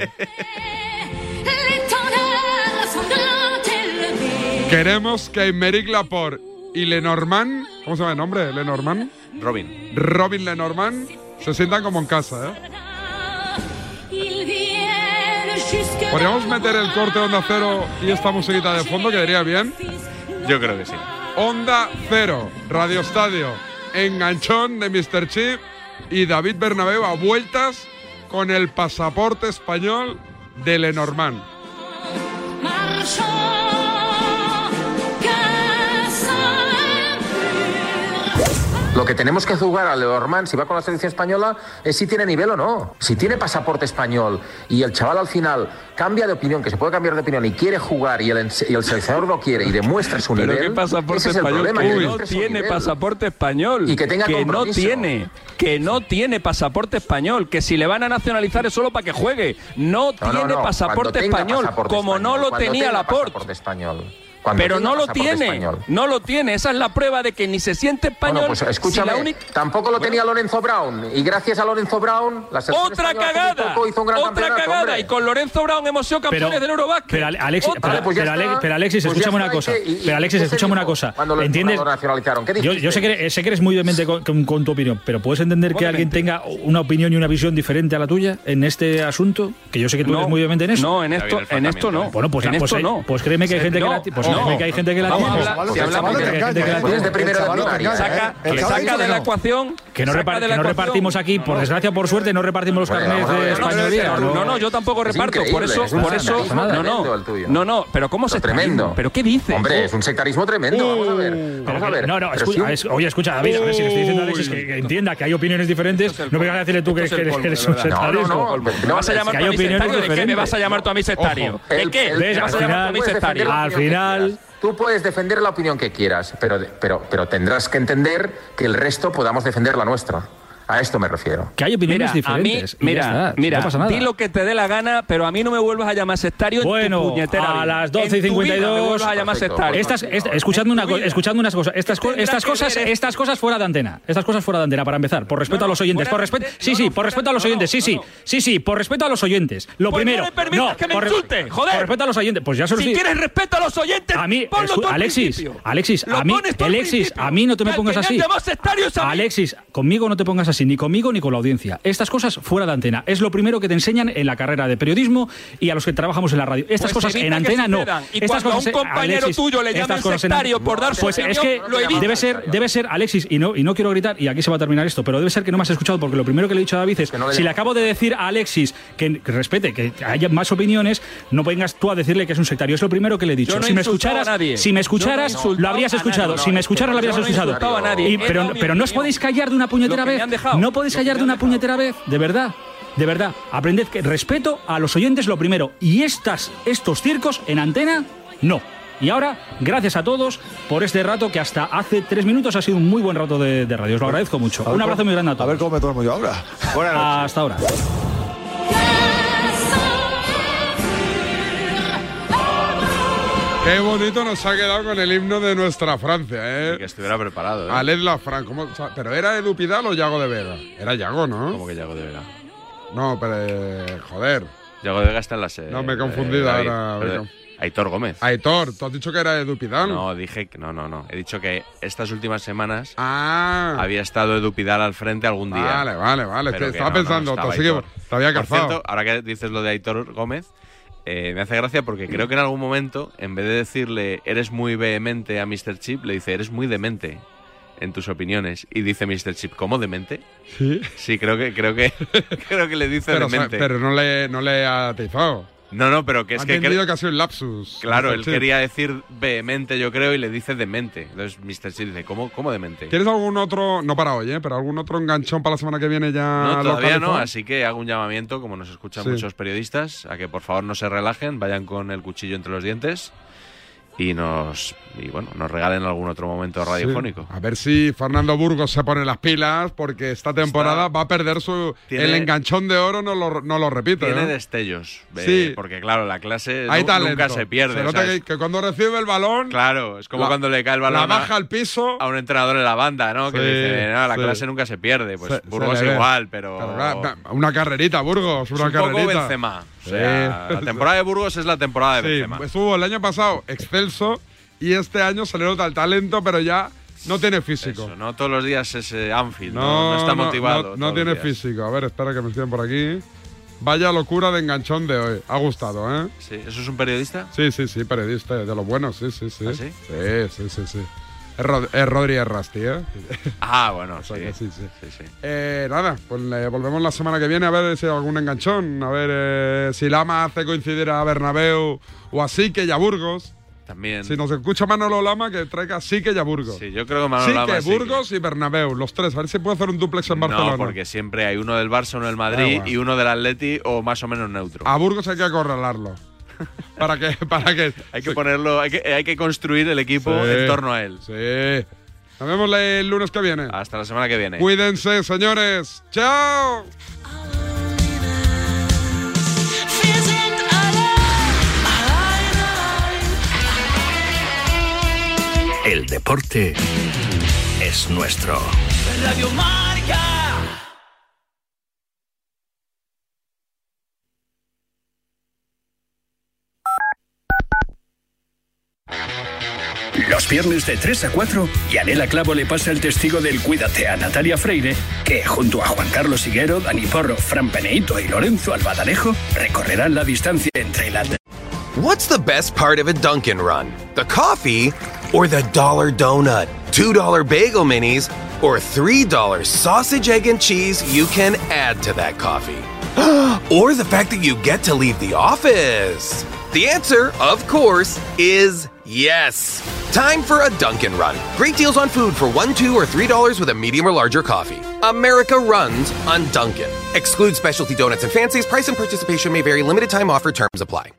Queremos que Aymeric Laporte y Lenormand, ¿cómo se llama el nombre? Lenormand. Robin. Robin Lenormand se sientan como en casa, ¿eh? Podríamos meter el corte Onda Cero y esta musiquita de fondo, quedaría bien. Yo creo que sí. Onda Cero, Radio Estadio, enganchón de Mr. Chip y David Bernabeu a vueltas con el pasaporte español de Lenormand. Lo que tenemos que jugar a Leormán, si va con la selección española, es si tiene nivel o no. Si tiene pasaporte español y el chaval al final cambia de opinión, que se puede cambiar de opinión y quiere jugar y el, ens- y el seleccionador no quiere y demuestra su <laughs> Pero nivel. qué pasaporte ese es el español problema, que que no demuestre su tiene nivel. pasaporte <laughs> español Y que tenga no compromiso. tiene que no tiene pasaporte español que si le van a nacionalizar es solo para que juegue No, no, no, no, tiene cuando pasaporte tenga español pasaporte como no español, lo cuando tenía tenga Laporte pasaporte español. Cuando pero tenga no lo pasaporte tiene español. no lo tiene esa es la prueba de que ni se siente español Bueno, pues si escúchame, la única- tampoco lo Bueno. tenía Lorenzo Brown. Y gracias a Lorenzo Brown, la selección otra española hace muy cagada poco hizo un gran otra campeonato, cagada hombre. y con Lorenzo Brown hemos sido campeones del Eurobasket pero Ale- Alexis, Otra. pues pues pero, pero Ale- pero Alexis, escúchame una cosa. pero Alexis, escúchame una cosa. ¿Entiendes? Yo, yo sé, que eres, sé que eres muy vehemente con, con- con tu opinión, pero ¿puedes entender que alguien tenga una opinión y una visión diferente a la tuya en este asunto? Que yo sé que tú No, eres muy vehemente en eso. no, en Ya esto- viene el en esto no. Bueno, pues, En pues, esto eh, no. pues créeme que hay Se- gente que no, la tiene. Pues no. créeme que hay gente que la Vamos a tiene. hablar- Pues si hablamos créeme de que hay gente que la caña, tiene. ¿eh? Este primero de Lunaria, ¿eh? Saca- El que chaval saca dice de que la no. ecuación. Que no, saca repar- de que la no ecuación. repartimos aquí, por desgracia, por suerte, no repartimos los carnets de españolía. Eh, No, no, no, yo tampoco reparto. Por eso, por eso, no, no, no, no. Pero cómo se Tremendo. ¿Pero eh, qué Uh. dices? Hombre, es un sectarismo tremendo. Vamos a ver. Vamos a ver. No, no, Pero escucha, sí un- es- oye, escucha, David, a ver si le estoy diciendo a Alexis que, que entienda que hay opiniones diferentes. no me vengas a decirle tú que, esto es el que- que colmo, eres de un verdad. No, no, sectarismo. no, pues, Colmo. no, es Que que hay hay opiniones sectario, ¿De qué me vas a diferentes. llamar tú a mí sectario? Ojo, ¿De el- qué? el- ¿Me el- vas a al llamar final- tú a mí sectario? Al final. Tú puedes defender la opinión que quieras, pero, pero, pero tendrás que entender que el resto podamos defender la nuestra. A esto me refiero. Que hay opiniones Mira, a mí- diferentes. y ya Mira, está, si mira, no pasa nada. di lo que te dé la gana, pero a mí no me vuelvas a llamar sectario en tu Bueno, puñetera vida. a las 12 y En tu vida me 52. vuelvas a llamar sectario. Estas, est- escuchadme, una, co- escuchadme unas cosas. Estas, co- tendrá estas que ver cosas, esto? estas cosas fuera de antena. Estas cosas fuera de antena, para empezar. Por respeto a los oyentes. Por respeto. Sí, sí, por respeto a los oyentes. Sí, sí. Sí, sí, por respeto a los oyentes. Lo Pues no primero. le permitas que me por re- insultes, joder. Por respeto a los oyentes. Pues ya se os Si di- tienes respeto a los oyentes, a mí, ponlo escu- tú al Alexis, principio. Alexis, Lo a mí, pones tú al Alexis, principio. a mí no te me Que al pongas que me así. han llamado sectario es a mí. Alexis, conmigo no te pongas así, ni conmigo ni con la audiencia. Estas cosas fuera de antena. Es lo primero que te enseñan en la carrera de periodismo y a los que trabajamos en la radio. Estas Pues cosas evita en que antena no. sucedan. Y Estas cuando a un cosas, compañero tuyo le estas llamen cosas en- sectario por dar su Pues es que opinión, lo evita. debe ser, debe ser, Alexis, y no, y no quiero gritar, y aquí se va a terminar esto, pero debe ser que no me has escuchado porque lo primero que le he dicho a David es, le si le llamo. acabo de decir a Alexis que que respete, que haya más opiniones, no vengas tú a decirle que es un sectario. Es lo primero que le he dicho. Yo no si me he insultado escucharas, a nadie. si me Yo no he escucharas, insultado lo habrías a nadie. escuchado. No, si me es escucharas, lo que yo habrías no he escuchado. insultado a nadie. Y- He pero, dado mi pero no os podéis callar de una puñetera Lo que me vez. han dejado. No podéis Lo que callar me de han una puñetera vez. De verdad. De verdad. Aprended que respeto a los oyentes lo primero. Y estas, estos circos en antena, no. Y ahora, gracias a todos por este rato que hasta hace tres minutos ha sido un muy buen rato de, de radio. Os lo agradezco mucho. ver Un abrazo cómo- muy grande a todos. A ver cómo me tomo yo <laughs> ahora. Hasta ahora. Qué bonito nos ha quedado con el himno de nuestra Francia, ¿eh? Que estuviera preparado, ¿eh? Aled Lafran, ¿cómo? o sea, ¿Pero era Edu Pidal o Yago de Vega? Era Yago, ¿no? ¿Cómo que Yago de Vega? No, pero. eh, joder. Yago de Vega está en la serie. Eh, No, me he confundido ahora, Beto. Aitor Gómez. Aitor, tú has dicho que era Edu Pidal. No, dije que no, no, no. He dicho que estas últimas semanas Ah. había estado Edu Pidal al frente algún día. Vale, vale, vale. Pero Te- que estaba pensando, estaba así que Aitor. te había Por cazado. cierto, ahora que dices lo de Aitor Gómez, eh, me hace gracia porque creo que en algún momento, en vez de decirle eres muy vehemente a Mr. Chip, le dice eres muy demente en tus opiniones. Y dice Mr. Chip, ¿cómo demente? Sí. Sí, creo que, creo que, <laughs> creo que le dice Pero, o sea, demente. pero no le, no le ha atizado. No, no, pero que es ha que entendido cre- que ha sido un lapsus. Claro, Mr. él Chip. quería decir vehemente, yo creo, y le dice demente. Entonces Mr. Chip dice, ¿cómo, cómo demente? ¿Quieres algún otro, no para hoy, ¿eh? pero algún otro enganchón para la semana que viene ya? No, todavía no, localizado? así que hago un llamamiento, como nos escuchan Sí. muchos periodistas, a que por favor no se relajen, vayan con el cuchillo entre los dientes y nos y bueno, nos regalen algún otro momento Sí. radiofónico. A ver si Fernando Burgos se pone las pilas, porque esta temporada va a perder su. Tiene- el enganchón de oro, no lo, no lo repite. Tiene ¿no? destellos, eh, Sí. porque claro, la clase Hay nu- talento. nunca se pierde. Se nota ¿sabes? que, que cuando recibe el balón. Claro, es como La- cuando le cae el balón la a- baja al piso. a un entrenador en la banda, ¿no? Que Sí, dice, no, la sí. clase nunca se pierde. Pues Se- se Burgos le ve. igual, pero... Claro, una- Una carrerita, Burgos, Es una un poco carrerita. Benzema. O sea, Sí. la temporada de Burgos es la temporada de Sí, pues- Benzema. estuvo el año pasado excelso y este año se le nota el talento, pero ya no tiene físico. Eso, no todos los días es eh, Anfield, no, no está motivado. no- todos No, los tiene días. físico. A ver, espera que me estén por aquí. Vaya locura de enganchón de hoy. Ha gustado, ¿eh? Sí, ¿Eso es un periodista? Sí, sí, sí, periodista, de los buenos, sí, sí, sí. ¿Ah, sí? Sí, sí, sí, sí. Es, Rod- es Rodri Errasti, ¿eh? Ah, bueno, sí. que sí, sí, sí. <laughs> Eh, nada, pues le volvemos la semana que viene a ver si hay algún enganchón, a ver eh, si Lama hace coincidir a Bernabeu o a Sique y a Burgos. También. Si nos escucha Manolo Lama, que traiga Sique y a Burgos. Sí, yo creo que Manolo Lama Sique, sí que- Burgos y Bernabeu, los tres. A ver si puede hacer un duplex en Barcelona. No, porque siempre hay uno del Barça, uno del Madrid Ah, bueno. y uno del Atleti o más o menos neutro. A Burgos hay que acorralarlo. ¿Para qué? ¿Para qué? <laughs> Hay que ponerlo, hay que, hay que construir el equipo Sí. en torno a él. Sí. Nos vemos el lunes que viene. Hasta la semana que viene. Cuídense, señores. ¡Chao! El deporte es nuestro. Radio Marca. Los viernes de 3 a 4, Yanela Clavo le pasa el testigo del Cuídate a Natalia Freire, que junto a Juan Carlos Higuero, Dani Porro, Fran Peneito y Lorenzo Albadalejo recorrerán la distancia entre la... What's the best part of a Dunkin' run? The coffee or the dollar donut, $2 bagel minis, or $3 sausage, egg, and cheese you can add to that coffee? <gasps> or the fact that you get to leave the office? The answer, of course, is yes. Time for a Dunkin' run. Great deals on food for $1, $2, or $3 with a medium or larger coffee. America runs on Dunkin'. Exclude specialty donuts and fancies. Price and participation may vary. Limited time offer terms apply.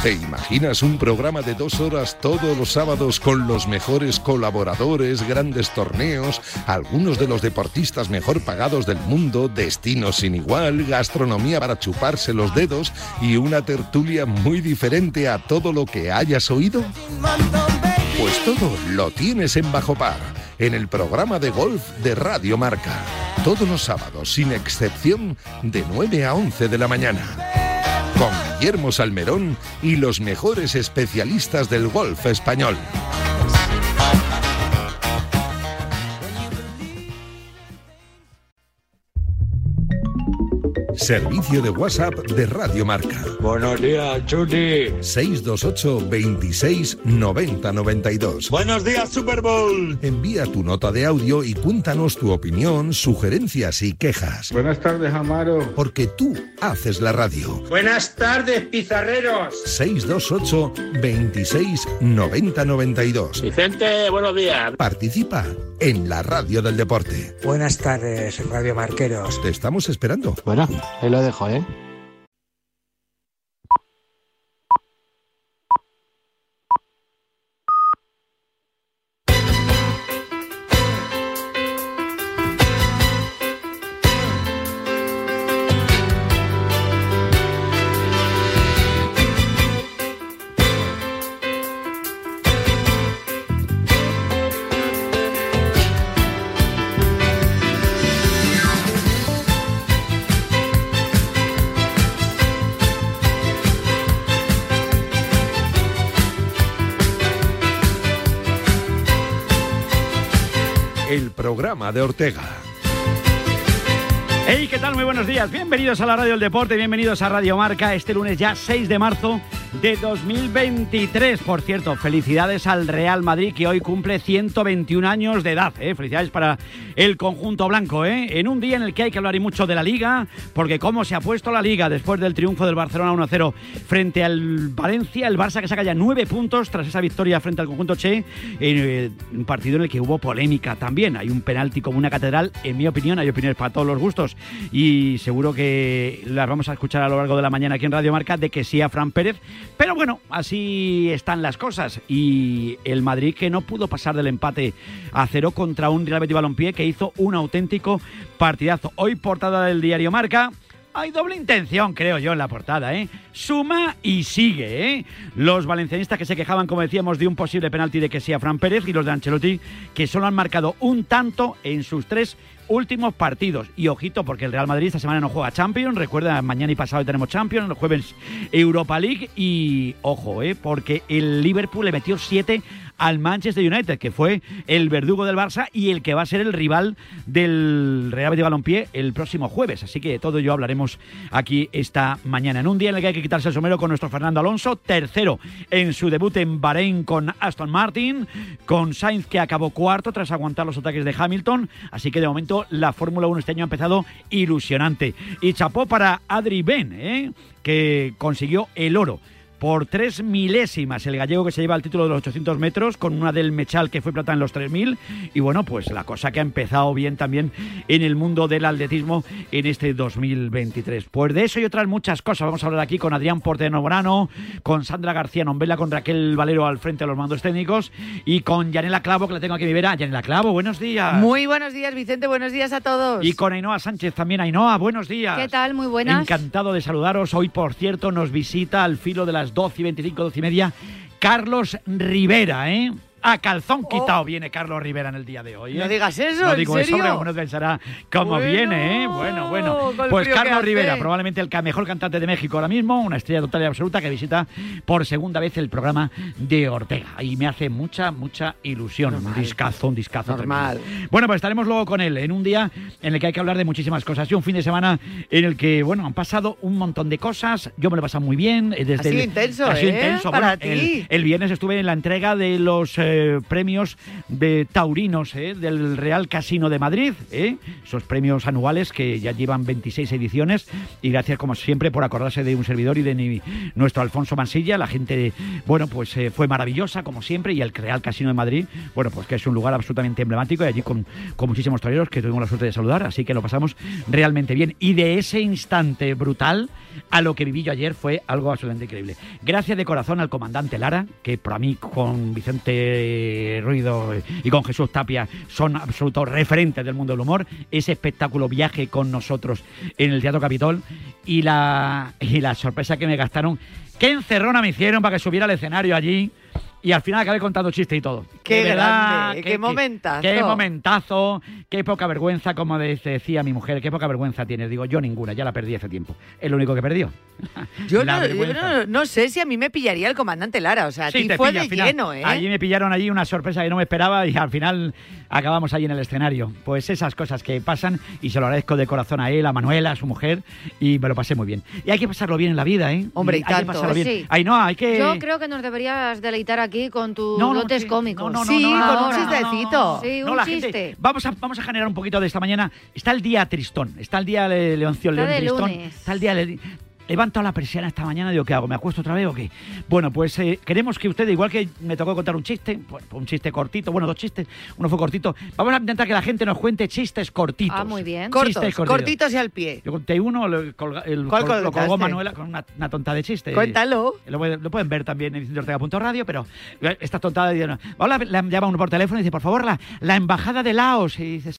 ¿Te imaginas un programa de dos horas todos los sábados con los mejores colaboradores, grandes torneos, algunos de los deportistas mejor pagados del mundo, destinos sin igual, gastronomía para chuparse los dedos y una tertulia muy diferente a todo lo que hayas oído? Pues todo lo tienes en Bajo Par, en el programa de golf de Radio Marca. Todos los sábados, sin excepción, de 9 a 11 de la mañana con Guillermo Salmerón y los mejores especialistas del golf español. Servicio de WhatsApp de Radio Marca. Buenos días, Chuli. 628 26 90 92. Buenos días, Super Bowl. Envía tu nota de audio y cuéntanos tu opinión, sugerencias y quejas. Buenas tardes, Amaro. Porque tú haces la radio. Buenas tardes, pizarreros. 628 26 90 92. Vicente, buenos días. Participa en la radio del deporte. Buenas tardes, Radio Marqueros. Te estamos esperando. Bueno, ahí lo dejo, ¿eh? El programa de Ortega. Hey, ¿qué tal? Muy buenos días. Bienvenidos a la Radio del Deporte, bienvenidos a Radio Marca este lunes ya 6 de marzo de 2023. Por cierto, felicidades al Real Madrid que hoy cumple 121 años de edad. ¿eh? Felicidades para el conjunto blanco. ¿eh? En un día en el que hay que hablar y mucho de la Liga, porque cómo se ha puesto la Liga después del triunfo del Barcelona 1-0 frente al Valencia, el Barça que saca ya 9 puntos tras esa victoria frente al conjunto Che, en eh, un partido en el que hubo polémica también. Hay un penalti como una catedral, en mi opinión, hay opiniones para todos los gustos y seguro que las vamos a escuchar a lo largo de la mañana aquí en Radio Marca de que sí a Fran Pérez. Pero bueno, así están las cosas. Y el Madrid que no pudo pasar del empate a cero contra un Real Betis Balompié que hizo un auténtico partidazo. Hoy portada del diario Marca. Hay doble intención, creo yo, en la portada, ¿eh? Suma y sigue, ¿eh? Los valencianistas que se quejaban, como decíamos, de un posible penalti de que sea Fran Pérez y los de Ancelotti, que solo han marcado un tanto en sus tres últimos partidos. Y ojito, porque el Real Madrid esta semana no juega Champions. Recuerda, mañana y pasado tenemos Champions, los jueves Europa League. Y ojo, ¿eh? porque el Liverpool le metió 7 al Manchester United, que fue el verdugo del Barça y el que va a ser el rival del Real Betis Balompié el próximo jueves. Así que de todo ello hablaremos aquí esta mañana. En un día en el que hay que quitarse el somero con nuestro Fernando Alonso, tercero en su debut en Bahrein con Aston Martin, con Sainz que acabó cuarto tras aguantar los ataques de Hamilton. Así que de momento la Fórmula 1 este año ha empezado ilusionante. Y chapó para Adri Ben, ¿eh? que consiguió el oro por tres milésimas el gallego que se lleva el título de los 800 metros con una del Mechal que fue plata en los 3000 y bueno pues la cosa que ha empezado bien también en el mundo del atletismo en este 2023 pues de eso y otras muchas cosas vamos a hablar aquí con Adrián Porteno Morano con Sandra García Nombela con Raquel Valero al frente de los mandos técnicos y con Yanela Clavo que la tengo aquí a mi vera Yanela Clavo buenos días muy buenos días Vicente buenos días a todos y con Ainhoa Sánchez también Ainhoa buenos días ¿qué tal? muy buenas encantado de saludaros hoy por cierto nos visita al filo de las 12 y 25, 12 y media, Carlos Rivera, ¿eh? A calzón quitado oh. viene Carlos Rivera en el día de hoy. ¿eh? No digas eso, No digo ¿en serio? eso, pero uno pensará cómo Bueno, viene, ¿eh? Bueno, bueno. Oh, con el Pues frío que Carlos hace. Rivera, probablemente el ca- mejor cantante de México ahora mismo, una estrella total y absoluta que visita por segunda vez el programa de Ortega. Y me hace mucha, mucha ilusión. Un discazo, un discazo. Normal. tremendo. Bueno, pues estaremos luego con él en un día en el que hay que hablar de muchísimas cosas. Y un fin de semana en el que, bueno, han pasado un montón de cosas. Yo me lo he pasado muy bien. eh, Desde Ha sido el- intenso, ha sido ¿eh? intenso. Para Bueno, el- ti. el viernes estuve en la entrega de los eh, premios de taurinos ¿eh? del Real Casino de Madrid, ¿eh? esos premios anuales que ya llevan 26 ediciones y gracias como siempre por acordarse de un servidor y de ni- nuestro Alfonso Mansilla, la gente bueno pues eh, fue maravillosa como siempre y el Real Casino de Madrid, bueno pues que es un lugar absolutamente emblemático y allí con, con muchísimos toreros que tuvimos la suerte de saludar, así que lo pasamos realmente bien y de ese instante brutal a lo que viví yo ayer fue algo absolutamente increíble. Gracias de corazón al comandante Lara, que para mí con Vicente Ruido y con Jesús Tapia son absolutos referentes del mundo del humor. Ese espectáculo viaje con nosotros en el Teatro Capitol y la, y la sorpresa que me gastaron. ¿Qué encerrona me hicieron para que subiera al escenario allí? Y al final acabé contando chistes y todo. qué, Qué verdad, grande, qué momentazo. Qué momentazo, qué poca vergüenza, como de- decía mi mujer, qué poca vergüenza tienes. Digo, yo ninguna, ya la perdí hace tiempo. Es lo único que perdió. <laughs> Yo, La no, yo vergüenza. no- no sé si a mí me pillaría el comandante Lara. O sea, a Sí, ti te fue pilla, de al final. lleno, ¿eh? Allí me pillaron allí una sorpresa que no me esperaba y al final acabamos allí en el escenario. Pues esas cosas que pasan y se lo agradezco de corazón a él, a Manuela, a su mujer y me lo pasé muy bien. Y hay que pasarlo bien en la vida, ¿eh? Hombre, y hay tanto. que pasarlo bien. Sí. Ay, no, hay que Yo creo que nos deberías deleitar aquí con tus No, no, dotes cómicos. no, no, Sí, no, no, con un Ahora. chistecito. Sí, No, un la gente- chiste. vamos, a, vamos a generar un poquito de esta mañana. Está el día tristón. Está el día de Leoncio Está León de Tristón. lunes. Está el día. le- He levantado la persiana esta mañana y digo, ¿qué hago? ¿Me acuesto otra vez o qué? Bueno, pues eh, queremos que ustedes, igual que me tocó contar un chiste, pues, un chiste cortito, bueno, dos chistes, uno fue cortito. Vamos a intentar que la gente nos cuente chistes cortitos. Ah, muy bien. Chistes Cortos, cortitos y al pie. Yo conté uno, lo, colga- el ¿Cuál col- lo colgó colgaste? Manuela con una, una tonta de chiste. Cuéntalo. Lo, puede- lo pueden ver también en vicentortega.radio, pero eh, estas tontadas... dicen, Hola, le llama uno por teléfono y dice, por favor, la, la embajada de Laos. Y dices,